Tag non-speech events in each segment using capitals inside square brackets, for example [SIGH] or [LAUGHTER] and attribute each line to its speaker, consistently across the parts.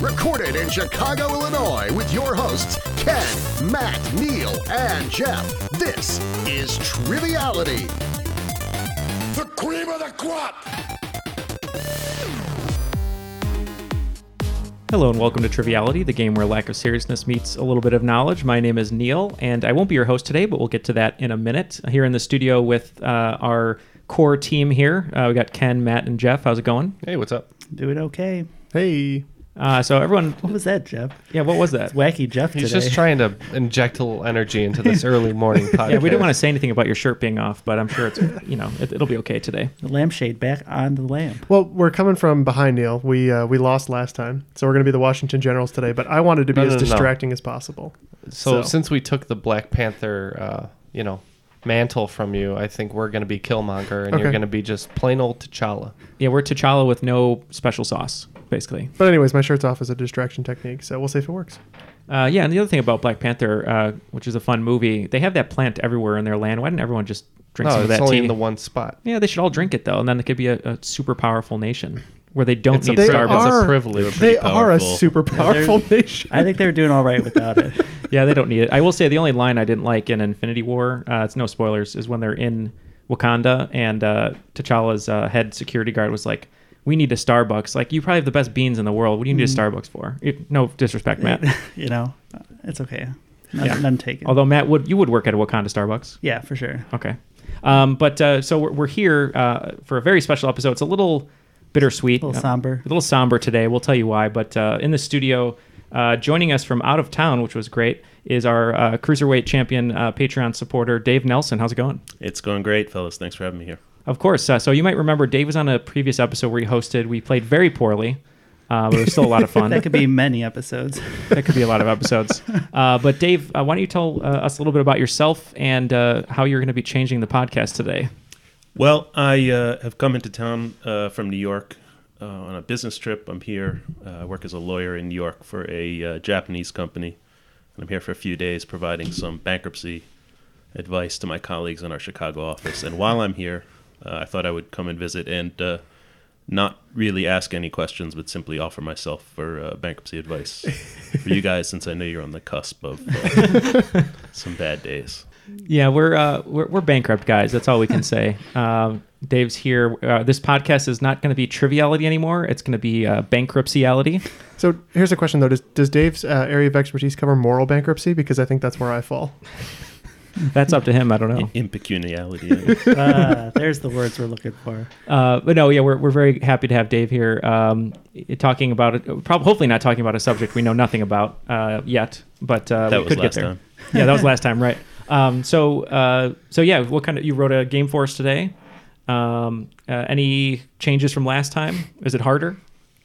Speaker 1: Recorded in Chicago, Illinois, with your hosts, Ken, Matt, Neil, and Jeff. This is Triviality. The cream of the crop.
Speaker 2: Hello and welcome to Triviality, the game where lack of seriousness meets a little bit of knowledge. My name is Neil, and I won't be your host today, but we'll get to that in a minute. Here in the studio with uh, our core team here, uh, we got Ken, Matt, and Jeff. How's it going?
Speaker 3: Hey, what's up?
Speaker 4: Doing okay.
Speaker 3: Hey.
Speaker 2: Uh, so everyone,
Speaker 4: [LAUGHS] What was that, Jeff?
Speaker 2: yeah, what was that?
Speaker 4: Wacky Jeff
Speaker 3: He's
Speaker 4: today.
Speaker 3: just trying to inject a little energy
Speaker 2: [LAUGHS]
Speaker 3: into this early morning podcast.
Speaker 2: Yeah, we didn't want to say anything about your shirt being off, but I'm sure it's you know it, it'll be okay today.
Speaker 4: the lampshade back on the lamp.
Speaker 5: Well, we're coming from behind Neil. We uh, we lost last time, so we're going to be the Washington Generals today. But I wanted to be
Speaker 3: No,
Speaker 5: as
Speaker 3: no, no, no.
Speaker 5: distracting as possible.
Speaker 3: So,
Speaker 5: So-
Speaker 3: since we took the Black Panther, uh, you know, mantle from you, I think we're going to be Killmonger, and you're
Speaker 5: Okay.
Speaker 3: going to be just plain old T'Challa.
Speaker 2: Yeah, we're T'Challa with no special sauce, basically.
Speaker 5: But anyways, my shirt's off as a distraction technique, so we'll see if it works.
Speaker 2: Uh, yeah, and the other thing about Black Panther, uh, which is a fun movie, they have that plant everywhere in their land. Why didn't everyone just drink some
Speaker 3: No,
Speaker 2: of
Speaker 3: it's
Speaker 2: that
Speaker 3: only
Speaker 2: tea?
Speaker 3: in the one spot.
Speaker 2: Yeah, they should all drink it though, and then it could be a, a super powerful nation where they don't
Speaker 3: It's a,
Speaker 2: need
Speaker 5: They
Speaker 3: privilege.
Speaker 2: Starbucks.
Speaker 3: it's a
Speaker 5: are-
Speaker 3: privilege.
Speaker 5: They are a super powerful nation.
Speaker 4: [LAUGHS] I think they're doing all right
Speaker 5: [LAUGHS]
Speaker 4: without it.
Speaker 2: Yeah, they don't need it. I will say the only line I didn't like in Infinity War, uh, it's no spoilers, is when they're in Wakanda and uh, T'Challa's uh, head security guard was like, "We need a Starbucks. Like, you probably have the best beans in the world. What do you
Speaker 5: Mm.
Speaker 2: need a Starbucks for?" It- no disrespect, Matt.
Speaker 4: [LAUGHS] you know, it's okay. None, none taken.
Speaker 2: Although Matt would you would work at a Wakanda Starbucks.
Speaker 4: yeah, for sure.
Speaker 2: Okay. Um, but uh, so we're, we're here uh, for a very special episode. It's a little bittersweet,
Speaker 4: A little somber.
Speaker 2: a little somber today. We'll tell you why. But uh, in the studio, uh, joining us from out of town, which was great, is our uh, cruiserweight champion uh, Patreon supporter Dave Nelson. How's it going?
Speaker 6: It's going great, fellas. Thanks for having me here.
Speaker 2: Of course. Uh, so you might remember Dave was on a previous episode where he hosted. We played very poorly. Uh, but it was still a lot of fun.
Speaker 4: [LAUGHS] That could be many episodes.
Speaker 2: [LAUGHS] that could be a lot of episodes. Uh, but Dave, uh, why don't you tell uh, us a little bit about yourself and uh, how you're going to be changing the podcast today?
Speaker 6: Well, I uh, have come into town uh, from New York uh, on a business trip. I'm here. Uh, I work as a lawyer in New York for a uh, Japanese company. And I'm here for a few days providing some bankruptcy advice to my colleagues in our Chicago office. And while I'm here, uh, I thought I would come and visit and uh, not really ask any questions, but simply offer myself for uh, bankruptcy advice for you guys, since I know you're on the cusp of uh, some bad days.
Speaker 2: Yeah, we're uh, we're, we're bankrupt guys. That's all we can [LAUGHS] say. Um, Dave's here. Uh, this podcast is not going to be triviality anymore. It's going to be uh, bankruptcyality.
Speaker 5: So here's a question though: Does does Dave's uh, area of expertise cover moral bankruptcy? Because I think that's where
Speaker 2: [LAUGHS]
Speaker 5: I fall.
Speaker 2: That's up to him. I don't know.
Speaker 6: Impecuniality. I
Speaker 4: [LAUGHS]
Speaker 6: guess.
Speaker 4: Ah, there's the words we're looking for.
Speaker 2: Uh, but no, yeah, we're, we're very happy to have Dave here um, i- talking about it. Probably, hopefully, not talking about a subject we know nothing about uh, yet. But uh,
Speaker 6: That
Speaker 2: we
Speaker 6: was
Speaker 2: could
Speaker 6: last
Speaker 2: get there.
Speaker 6: time.
Speaker 2: [LAUGHS] Yeah,
Speaker 6: [LAUGHS]
Speaker 2: that was last time, right? Um, so uh, so yeah, what kind of you wrote a game for us today? Um, uh, any changes from last time? Is it harder?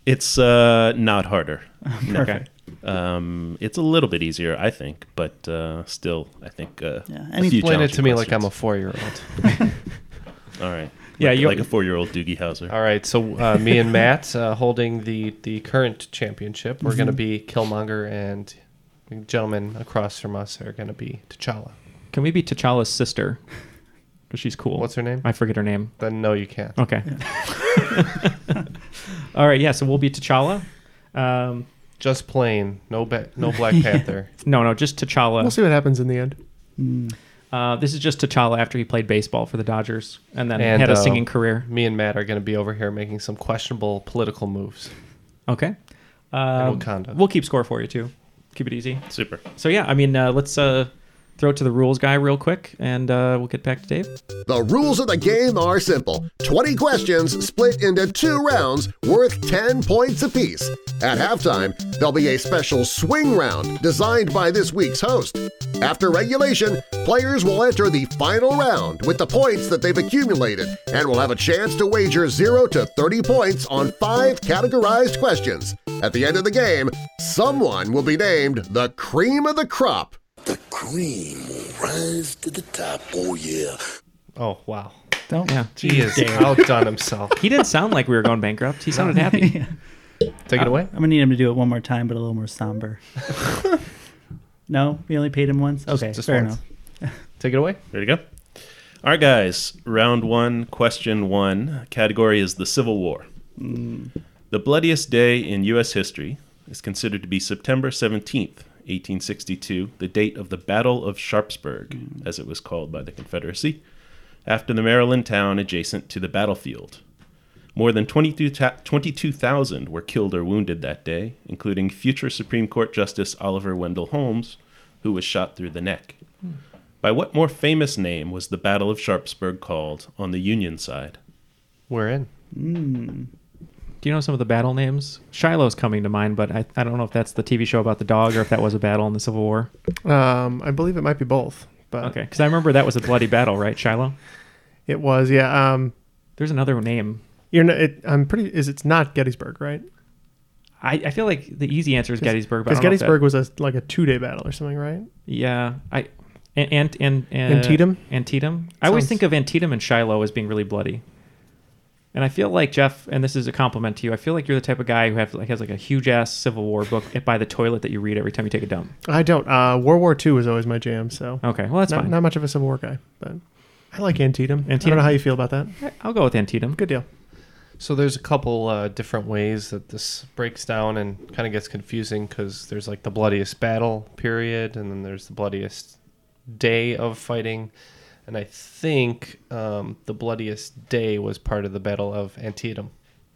Speaker 6: It's uh, not harder.
Speaker 4: [LAUGHS]
Speaker 6: No.
Speaker 2: Perfect.
Speaker 6: Um, it's a little bit easier, I think, but uh, still, I think. Uh,
Speaker 4: Yeah,
Speaker 6: a
Speaker 4: and
Speaker 6: few
Speaker 3: Explain it
Speaker 6: challenging
Speaker 3: to me like I'm a
Speaker 6: questions.
Speaker 3: four year old.
Speaker 6: [LAUGHS] All right.
Speaker 2: Yeah,
Speaker 6: like,
Speaker 2: you-
Speaker 6: like a four-year-old Doogie Howser.
Speaker 3: All right, so uh, me and Matt uh, holding the, the current championship, we're
Speaker 2: Mm-hmm.
Speaker 3: going to be Killmonger, and the gentlemen across from us are going to be T'Challa.
Speaker 2: Can we be T'Challa's sister? Because she's cool.
Speaker 3: What's her name?
Speaker 2: I forget her name.
Speaker 3: Then no, you can't.
Speaker 2: Okay. [LAUGHS] All right. Yeah. So we'll be T'Challa. Um, [LAUGHS]
Speaker 3: Just plain, no ba- no Black Panther.
Speaker 2: no, no, just T'Challa.
Speaker 5: We'll see what happens in the end.
Speaker 2: Uh, this is just T'Challa after he played baseball for the Dodgers and then
Speaker 3: And,
Speaker 2: had a
Speaker 3: uh,
Speaker 2: singing career.
Speaker 3: Me and Matt are going to be over here making some questionable political moves.
Speaker 2: Okay. Um,
Speaker 3: Wakanda.
Speaker 2: We'll keep score for you too. Keep it easy.
Speaker 6: Super.
Speaker 2: So yeah, I mean, uh, let's uh, throw it to the rules guy real quick, and uh, we'll get back to Dave.
Speaker 1: The rules of the game are simple 20 questions split into two rounds worth 10 points apiece. At halftime, there'll be a special swing round designed by this week's host. After regulation, players will enter the final round with the points that they've accumulated and will have a chance to wager 0 to 30 points on five categorized questions. At the end of the game, someone will be named the cream of the crop.
Speaker 7: The cream will rise to the top, oh yeah.
Speaker 3: Oh, wow.
Speaker 4: Don't.
Speaker 2: Yeah.
Speaker 3: He has outdone himself.
Speaker 2: He didn't sound like we were going bankrupt. He sounded happy.
Speaker 3: [LAUGHS]
Speaker 2: Uh,
Speaker 3: Take it away.
Speaker 4: Uh, I'm gonna need him to do it one more time, but a little
Speaker 3: [LAUGHS]
Speaker 4: more somber. no, we only paid him once. Okay,
Speaker 3: just
Speaker 4: fair
Speaker 3: once.
Speaker 4: enough. [LAUGHS]
Speaker 3: Take it away.
Speaker 6: There you go. All right, guys. Round one, question one. Category is the Civil War. The bloodiest day in U.S. history is considered to be September 17th, 1862, the date of the Battle of Sharpsburg, as it was called by the Confederacy, after the Maryland town adjacent to the battlefield. More than 22 ta- 22,000 were killed or wounded that day, including future Supreme Court Justice Oliver Wendell Holmes, who was shot through the neck. By what more famous name was the Battle of Sharpsburg called on the Union side?
Speaker 3: We're in.
Speaker 2: Do you know some of the battle names? Shiloh's coming to mind, but I, I don't know if that's the TV show about the dog or if that was a battle in the Civil War.
Speaker 5: Um, I believe it might be both, but
Speaker 2: Okay, because I remember that was a bloody battle, right, Shiloh?
Speaker 5: it was yeah. Um,
Speaker 2: There's another name.
Speaker 5: you're not, it, I'm pretty. Is it's not Gettysburg, right?
Speaker 2: I, I feel like the easy answer is Gettysburg. but I
Speaker 5: Because
Speaker 2: don't know if that-
Speaker 5: Gettysburg was a like a two day battle or something, right?
Speaker 2: Yeah, I and and, and uh,
Speaker 5: Antietam?
Speaker 2: Antietam. I always
Speaker 5: Sounds-
Speaker 2: think of Antietam and Shiloh as being really bloody. And I feel like Jeff, and this is a compliment to you. I feel like you're the type of guy who have like has like a huge ass Civil War book [LAUGHS] by the toilet that you read every time you take a dump.
Speaker 5: I don't. Uh, World War II was always my jam, so
Speaker 2: Okay, well that's
Speaker 5: not,
Speaker 2: fine.
Speaker 5: not much of a Civil War guy, but I like Antietam. I don't
Speaker 2: Antietam.
Speaker 5: know how you feel about that.
Speaker 2: I'll go with Antietam.
Speaker 5: Good deal.
Speaker 3: So there's a couple uh, different ways that this breaks down and kind of gets confusing because there's like the bloodiest battle period, and then there's the bloodiest day of fighting, and I think um, the bloodiest day was part of the Battle of Antietam.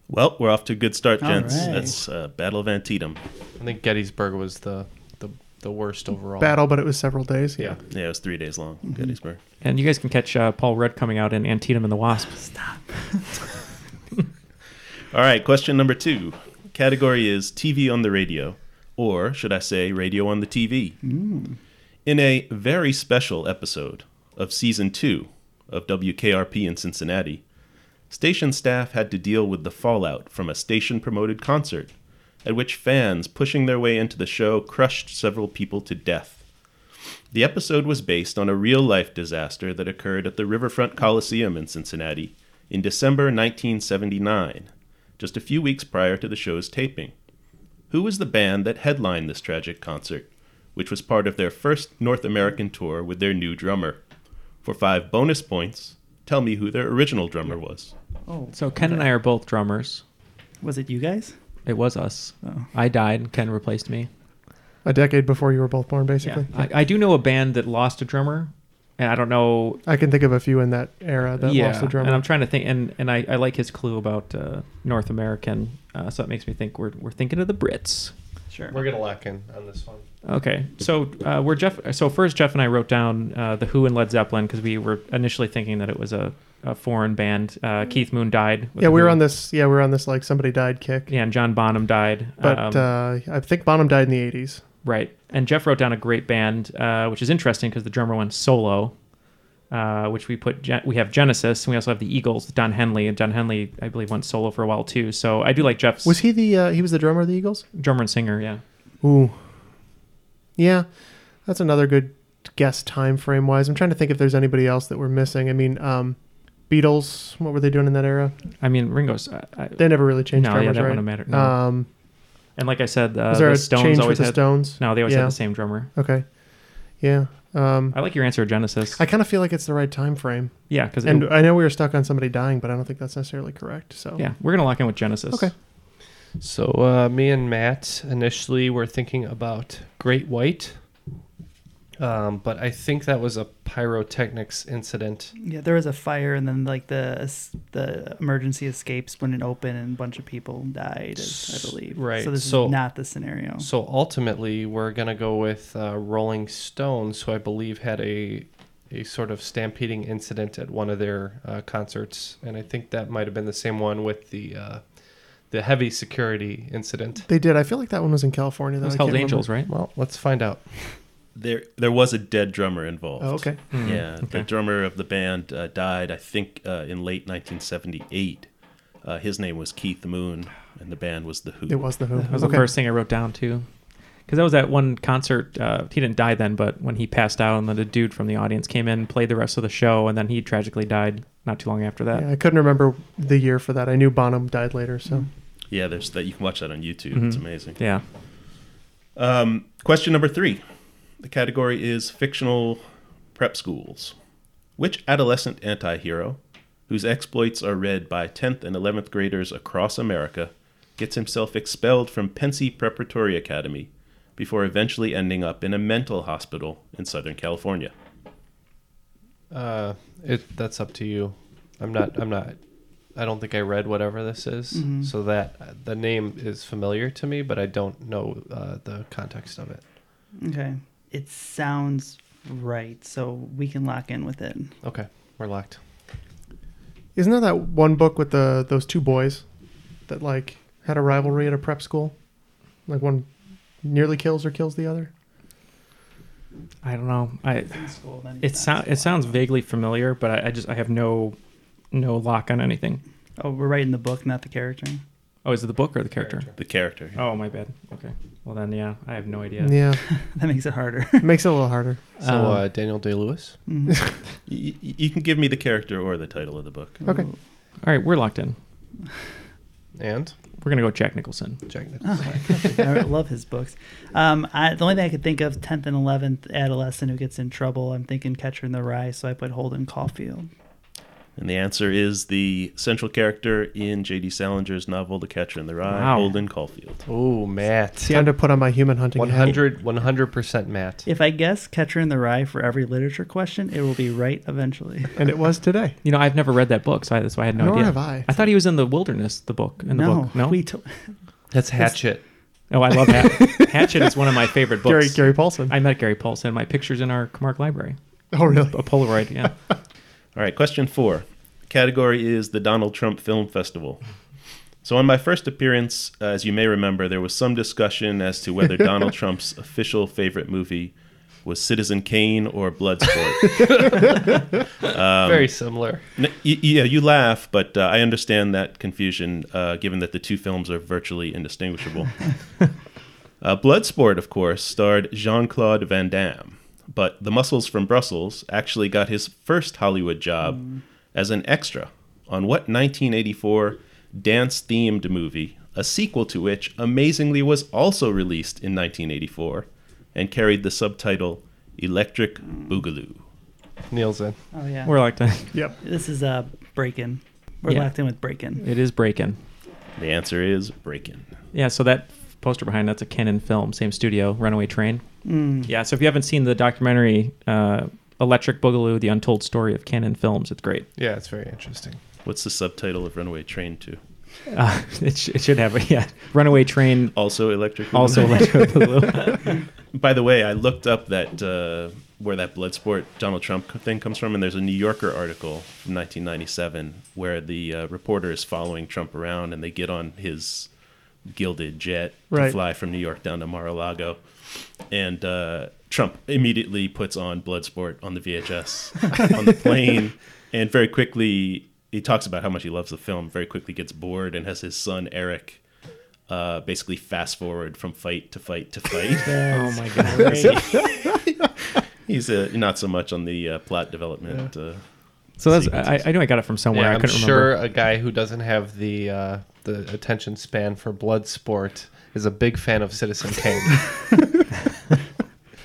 Speaker 6: Well, we're off to a good start,
Speaker 4: All
Speaker 6: gents.
Speaker 4: right.
Speaker 6: That's uh, Battle of Antietam.
Speaker 3: I think Gettysburg was the the, the worst overall
Speaker 5: Battle, but it was several days. Mm-hmm.
Speaker 3: Yeah.
Speaker 6: Yeah, it was three days long. Gettysburg.
Speaker 2: And you guys can catch uh, Paul Rudd coming out in Antietam and the Wasp.
Speaker 6: All right, question number two. Category is TV on the radio, or should I say radio on the TV?
Speaker 4: Hmm.
Speaker 6: In a very special episode of season two of WKRP in Cincinnati, station staff had to deal with the fallout from a station promoted concert at which fans pushing their way into the show crushed several people to death. The episode was based on a real life disaster that occurred at the Riverfront Coliseum in Cincinnati in December 1979, just a few weeks prior to the show's taping. Who was the band that headlined this tragic concert, which was part of their first North American tour with their new drummer? For five bonus points, tell me who their original drummer was.
Speaker 5: Oh.
Speaker 2: So Ken and I are both drummers.
Speaker 4: Was it you guys?
Speaker 2: It was us.
Speaker 5: Oh.
Speaker 2: I died. Ken replaced me.
Speaker 5: a decade before you were both born, basically.
Speaker 2: I, I do know a band that lost a drummer, and I don't know
Speaker 5: I can think of a few in that era that lost a drummer.
Speaker 2: And I'm trying to think, and, and I, I like his clue about uh, North American, uh, so it makes me think we're, we're thinking of the Brits.
Speaker 4: Sure.
Speaker 3: We're gonna lock in on this one.
Speaker 2: Okay, so uh, we're Jeff. So first, Jeff and I wrote down uh, the Who and Led Zeppelin because we were initially thinking that it was a, a foreign band. Uh, Keith Moon died. with
Speaker 5: Mm. yeah,
Speaker 2: The
Speaker 5: we were
Speaker 2: Who.
Speaker 5: on this. Yeah, we were on this like somebody died kick.
Speaker 2: Yeah, and John Bonham died.
Speaker 5: But
Speaker 2: Um,
Speaker 5: uh, I think Bonham died in the '80s.
Speaker 2: right, and Jeff wrote down a great band, uh, which is interesting because the drummer went solo. Uh, which we put Gen- we have Genesis and we also have the Eagles, Don Henley, and Don Henley I believe went solo for a while too. So I do like Jeff's
Speaker 5: Was he the? Uh, he was the drummer of the Eagles.
Speaker 2: drummer and singer. Yeah,
Speaker 5: Ooh, yeah, that's another good guess time frame wise. I'm trying to think if there's anybody else that we're missing. I mean, um, Beatles. What were they doing in that era?
Speaker 2: I mean Ringo's. I, I,
Speaker 5: They never really changed
Speaker 2: No, yeah,
Speaker 5: drummers,
Speaker 2: that
Speaker 5: right?
Speaker 2: wouldn't matter, no.
Speaker 5: Um,
Speaker 2: and like I said, uh,
Speaker 5: was there
Speaker 2: the
Speaker 5: a
Speaker 2: Stones
Speaker 5: change with
Speaker 2: always
Speaker 5: the
Speaker 2: had.
Speaker 5: Stones?
Speaker 2: No, they always
Speaker 5: yeah.
Speaker 2: had the same drummer.
Speaker 5: Okay, yeah. Um,
Speaker 2: I like your answer, Genesis.
Speaker 5: I kind of feel like it's the right time frame.
Speaker 2: yeah, because
Speaker 5: And I know we were stuck on somebody dying, but I don't think that's necessarily correct. So
Speaker 2: yeah, we're gonna lock in with Genesis.
Speaker 5: Okay.
Speaker 3: So uh, me and Matt initially were thinking about Great White, Um, but I think that was a pyrotechnics incident.
Speaker 4: Yeah, there was a fire, and then like the the emergency escape splinted open, and a bunch of people died, as I believe.
Speaker 3: Right,
Speaker 4: So this
Speaker 3: so-
Speaker 4: is not the scenario.
Speaker 3: So ultimately, we're gonna go with uh, Rolling Stones, who I believe had a a sort of stampeding incident at one of their uh, concerts, and I think that might have been the same one with the uh, the heavy security incident.
Speaker 5: They did. I feel like that one was in California. Though.
Speaker 2: It was
Speaker 5: I
Speaker 2: Hell's
Speaker 5: can't
Speaker 2: Angels,
Speaker 5: remember.
Speaker 2: right?
Speaker 3: Well, let's find out.
Speaker 6: There, there was a dead drummer involved.
Speaker 5: Oh, okay.
Speaker 2: Mm-hmm.
Speaker 6: Yeah, the drummer of the band uh, died, I think, uh, in late 1978. Uh, his name was Keith Moon, and the band was the Who.
Speaker 5: It was the Who.
Speaker 2: That was
Speaker 5: Okay.
Speaker 2: the first thing I wrote down too. Because that was that one concert. Uh, he didn't die then, but when he passed out, and then the dude from the audience came in, played the rest of the show, and then he tragically died not too long after that.
Speaker 5: Yeah, I couldn't remember the year for that. I knew Bonham died later,
Speaker 3: Mm.
Speaker 5: so
Speaker 6: Yeah, there's that. You can watch that on YouTube. It's amazing.
Speaker 2: Yeah.
Speaker 6: Um, question number three. The category is fictional prep schools. Which adolescent anti hero, whose exploits are read by 10th and 11th graders across America, gets himself expelled from Pensy Preparatory Academy before eventually ending up in a mental hospital in Southern California?
Speaker 3: Uh, it that's up to you. I'm not. I'm not. I don't think I read whatever this is,
Speaker 5: Mm-hmm.
Speaker 3: so that the name is familiar to me, but I don't know uh, the context of it.
Speaker 4: okay, it sounds right, so we can lock in with it.
Speaker 3: Okay, we're locked.
Speaker 5: isn't there that one book with the those two boys that like had a rivalry at a prep school? Like one nearly kills or kills the
Speaker 3: [LAUGHS]
Speaker 5: other.
Speaker 2: I don't know. I
Speaker 4: School, then
Speaker 2: it sounds it sounds vaguely familiar, but I, I just I have no no lock on anything.
Speaker 4: Oh, we're writing the book, not the character.
Speaker 2: Oh, is it the book or the character?
Speaker 6: The character.
Speaker 2: Oh, my bad. Okay. Well then, yeah, I have no idea.
Speaker 5: Yeah,
Speaker 4: [LAUGHS] That makes it harder.
Speaker 5: [LAUGHS] makes it a little harder.
Speaker 3: So
Speaker 2: Um,
Speaker 3: uh, Daniel Day Lewis.
Speaker 6: [LAUGHS] Y- y- you can give me the character or the title of the book.
Speaker 5: Okay,
Speaker 2: All right, we're locked in.
Speaker 3: And
Speaker 2: We're gonna go Jack Nicholson.
Speaker 3: Jack Nicholson.
Speaker 4: Oh I love his books. Um, I, the only thing I could think of, tenth and eleventh adolescent who gets in trouble. I'm thinking Catcher in the Rye, so I put Holden Caulfield.
Speaker 6: And the answer is the central character in J.D. Salinger's novel, The Catcher in the Rye,
Speaker 2: Wow.
Speaker 6: Holden Caulfield.
Speaker 3: Oh, Matt.
Speaker 5: time to put on my human hunting hat.
Speaker 3: 100 percent Matt.
Speaker 4: If I guess Catcher in the Rye for every literature question, it will be right eventually.
Speaker 5: and it was today.
Speaker 2: You know, I've never read that book, so I, that's why I had no
Speaker 5: Nor
Speaker 2: idea.
Speaker 5: have I.
Speaker 2: I thought he was in the wilderness, the book in the
Speaker 4: no,
Speaker 2: book. No,
Speaker 4: we to-
Speaker 3: That's Hatchet.
Speaker 2: oh, I love
Speaker 5: [LAUGHS]
Speaker 2: that. Hatchet is one of my favorite books.
Speaker 5: Gary Gary Paulson.
Speaker 2: I met Gary Paulson. My picture's in our Camargue library.
Speaker 5: oh really?
Speaker 2: A
Speaker 5: [LAUGHS]
Speaker 2: Polaroid, yeah.
Speaker 6: All right, question four. Category is the Donald Trump Film Festival. So, on my first appearance, uh, as you may remember, there was some discussion as to whether Donald Trump's official favorite movie was Citizen Kane or Bloodsport.
Speaker 3: Very similar.
Speaker 6: N- y- yeah, you laugh, but uh, I understand that confusion uh, given that the two films are virtually indistinguishable. Uh, Bloodsport, of course, starred Jean Claude Van Damme, but the muscles from Brussels actually got his first Hollywood job as an extra on what 1984 dance themed movie, a sequel to which amazingly was also released in 1984 and carried the subtitle Electric Boogaloo.
Speaker 3: Neil's in.
Speaker 4: oh
Speaker 2: [LAUGHS]
Speaker 4: yeah,
Speaker 2: We're locked in.
Speaker 5: Yep.
Speaker 4: this is uh, Breakin. We're
Speaker 2: Yeah.
Speaker 4: locked in with Breakin.
Speaker 2: It is breaking.
Speaker 6: The answer is Breakin'.
Speaker 2: Yeah, so that poster behind that's a Canon film, same studio, Runaway Train.
Speaker 4: Mm.
Speaker 2: Yeah, so if you haven't seen the documentary uh, Electric Boogaloo: The Untold Story of Canon Films, it's great.
Speaker 3: Yeah, it's very interesting.
Speaker 6: What's the subtitle of Runaway Train 2?
Speaker 2: Uh, [LAUGHS] it, sh- it should have a yeah. Runaway Train,
Speaker 6: Also
Speaker 3: [LAUGHS]
Speaker 6: Electric Boogaloo.
Speaker 2: also
Speaker 6: [LAUGHS]
Speaker 2: Electric Boogaloo.
Speaker 6: By the way, I looked up that uh, where that Bloodsport Donald Trump thing comes from, and there's a New Yorker article from 1997 where the uh, reporter is following Trump around, and they get on his gilded jet to
Speaker 5: Right.
Speaker 6: fly from New York down to Mar-a-Lago, and uh, Trump immediately puts on Bloodsport on the VHS on the plane, and very quickly he talks about how much he loves the film. Very quickly gets bored and has his son Eric. Uh, basically, fast forward from fight to fight to
Speaker 2: [LAUGHS]
Speaker 6: fight.
Speaker 2: oh
Speaker 6: [LAUGHS]
Speaker 2: my god.
Speaker 6: He's uh, not so much on the uh, plot development. Uh,
Speaker 2: So that's I, I know I got it from somewhere.
Speaker 3: Yeah,
Speaker 2: I
Speaker 3: I'm
Speaker 2: couldn't
Speaker 3: sure
Speaker 2: remember.
Speaker 3: a guy who doesn't have the uh, the attention span for blood sport is a big fan of Citizen Kane.
Speaker 2: [LAUGHS]
Speaker 5: [LAUGHS]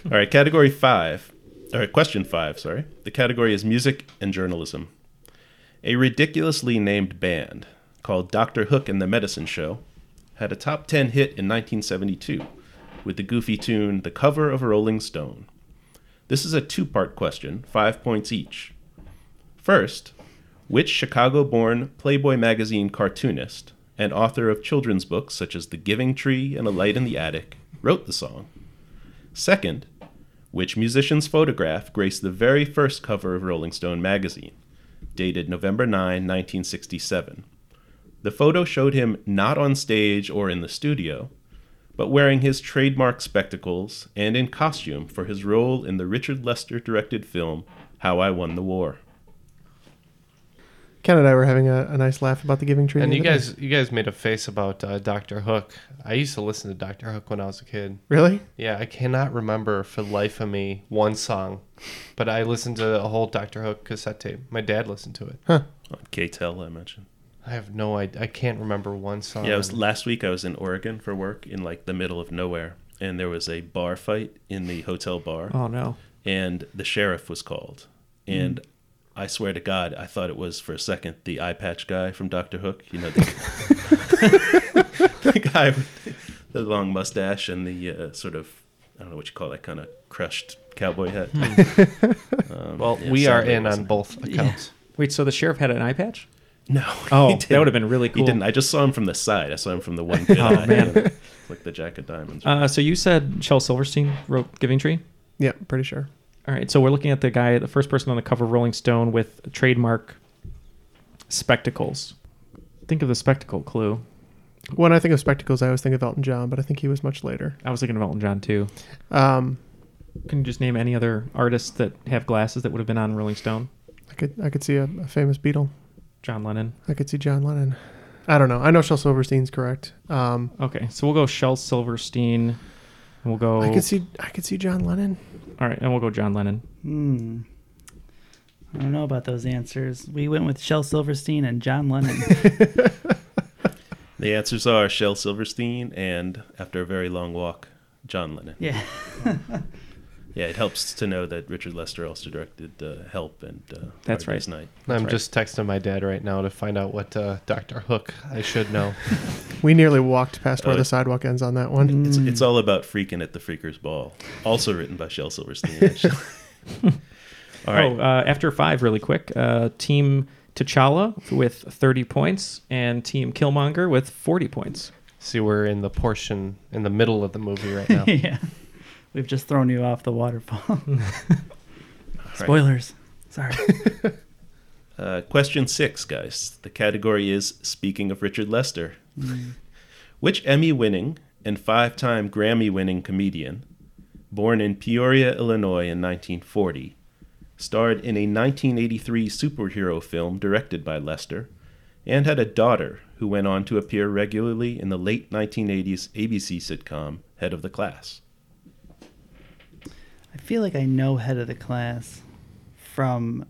Speaker 6: all right, category five, or question five, sorry. The category is music and journalism. A ridiculously named band called Dr. Hook and the Medicine Show had a top 10 hit in 1972 with the goofy tune The Cover of a Rolling Stone. This is a two part question, five points each. First, which Chicago born Playboy magazine cartoonist and author of children's books such as The Giving Tree and A Light in the Attic wrote the song? Second, which musician's photograph graced the very first cover of Rolling Stone magazine, dated November 9, 1967? The photo showed him not on stage or in the studio, but wearing his trademark spectacles and in costume for his role in the Richard Lester directed film How I Won the War.
Speaker 5: Ken and I were having a, a nice laugh about the Giving Tree.
Speaker 3: And
Speaker 5: the
Speaker 3: you
Speaker 5: other day.
Speaker 3: guys, you guys made a face about uh, Doctor Hook. I used to listen to Doctor Hook when I was a kid.
Speaker 5: really?
Speaker 3: Yeah, I cannot remember for the life of me one song, but I listened to a whole Doctor Hook cassette tape. My dad listened to it.
Speaker 6: On KTEL, I mentioned.
Speaker 3: I have no idea. I can't remember one song.
Speaker 6: Yeah, it was last week I was in Oregon for work in like the middle of nowhere, and there was a bar fight in the hotel bar.
Speaker 2: Oh no. Hmm.
Speaker 6: and the sheriff was called. And I swear to God, I thought it was for a second the eye patch guy from Doctor Hook. You know, the, [LAUGHS] the guy with the long mustache and the uh, sort of I don't know what you call that kind of crushed cowboy hat.
Speaker 3: Hmm.
Speaker 6: [LAUGHS] Um,
Speaker 3: well,
Speaker 6: yeah,
Speaker 3: we are
Speaker 6: sadly it
Speaker 3: in on
Speaker 6: wasn't.
Speaker 3: both accounts.
Speaker 2: Wait, so the sheriff had an eye patch?
Speaker 6: no, [LAUGHS]
Speaker 2: Oh,
Speaker 6: he
Speaker 2: that
Speaker 6: didn't.
Speaker 2: would've been really
Speaker 6: He
Speaker 2: cool.
Speaker 6: didn't. I just saw him from the side. I saw him from the
Speaker 2: [LAUGHS]
Speaker 6: one. Good oh eye,
Speaker 2: man.
Speaker 6: man, [LAUGHS] like the Jack of Diamonds.
Speaker 2: Uh, so you said Shel Silverstein wrote Giving Tree?
Speaker 5: Yeah, pretty sure.
Speaker 2: All right, so we're looking at the guy, the first person on the cover of Rolling Stone with trademark spectacles. Think of the spectacle clue.
Speaker 5: When I think of spectacles, I always think of Elton John, but I think he was much later.
Speaker 2: I was thinking of Elton John too.
Speaker 5: Um,
Speaker 2: Can you just name any other artists that have glasses that would have been on Rolling Stone?
Speaker 5: I could I could see a, a famous Beatle.
Speaker 2: John Lennon.
Speaker 5: I could see John Lennon. I don't know. I know Shel Silverstein's correct. Um,
Speaker 2: Okay, so we'll go Shel Silverstein, and we'll go.
Speaker 3: Oh.
Speaker 5: I could see I could see John Lennon.
Speaker 2: All right, and we'll go John Lennon.
Speaker 4: Hmm. I don't know about those answers. We went with Shel Silverstein and
Speaker 2: [LAUGHS]
Speaker 4: John Lennon.
Speaker 6: The answers are Shel Silverstein and, after a very long walk, John Lennon.
Speaker 4: yeah.
Speaker 6: [LAUGHS] Yeah, it helps to know that Richard Lester also directed uh, Help and uh,
Speaker 2: That's
Speaker 6: Hard
Speaker 2: right.
Speaker 6: Day's Night.
Speaker 3: I'm just texting my dad right now to find out what uh, Doctor Hook I
Speaker 2: [LAUGHS]
Speaker 3: should know.
Speaker 5: We nearly walked past where
Speaker 3: Uh,
Speaker 6: Oh, yeah.
Speaker 5: the sidewalk ends on that one.
Speaker 6: It's, it's all about freaking at the Freaker's Ball. Also written by Shel
Speaker 2: [LAUGHS]
Speaker 6: Silverstein. and Shel- [LAUGHS] all right.
Speaker 2: Oh, uh, after five, really quick. Uh, team T'Challa with 30 points, and Team Killmonger with 40 points.
Speaker 3: See, we're in the portion in the middle of the
Speaker 2: [LAUGHS]
Speaker 3: movie right now.
Speaker 4: yeah. We've just thrown you off the waterfall. Spoilers. Sorry.
Speaker 6: uh, question six, guys. The category is Speaking of Richard Lester. Which Emmy winning and five time Grammy winning comedian, born in Peoria, Illinois in 1940, starred in a 1983 superhero film directed by Lester, and had a daughter who went on to appear regularly in the late 1980s ABC sitcom Head of the Class?
Speaker 4: I feel like I know head of the class from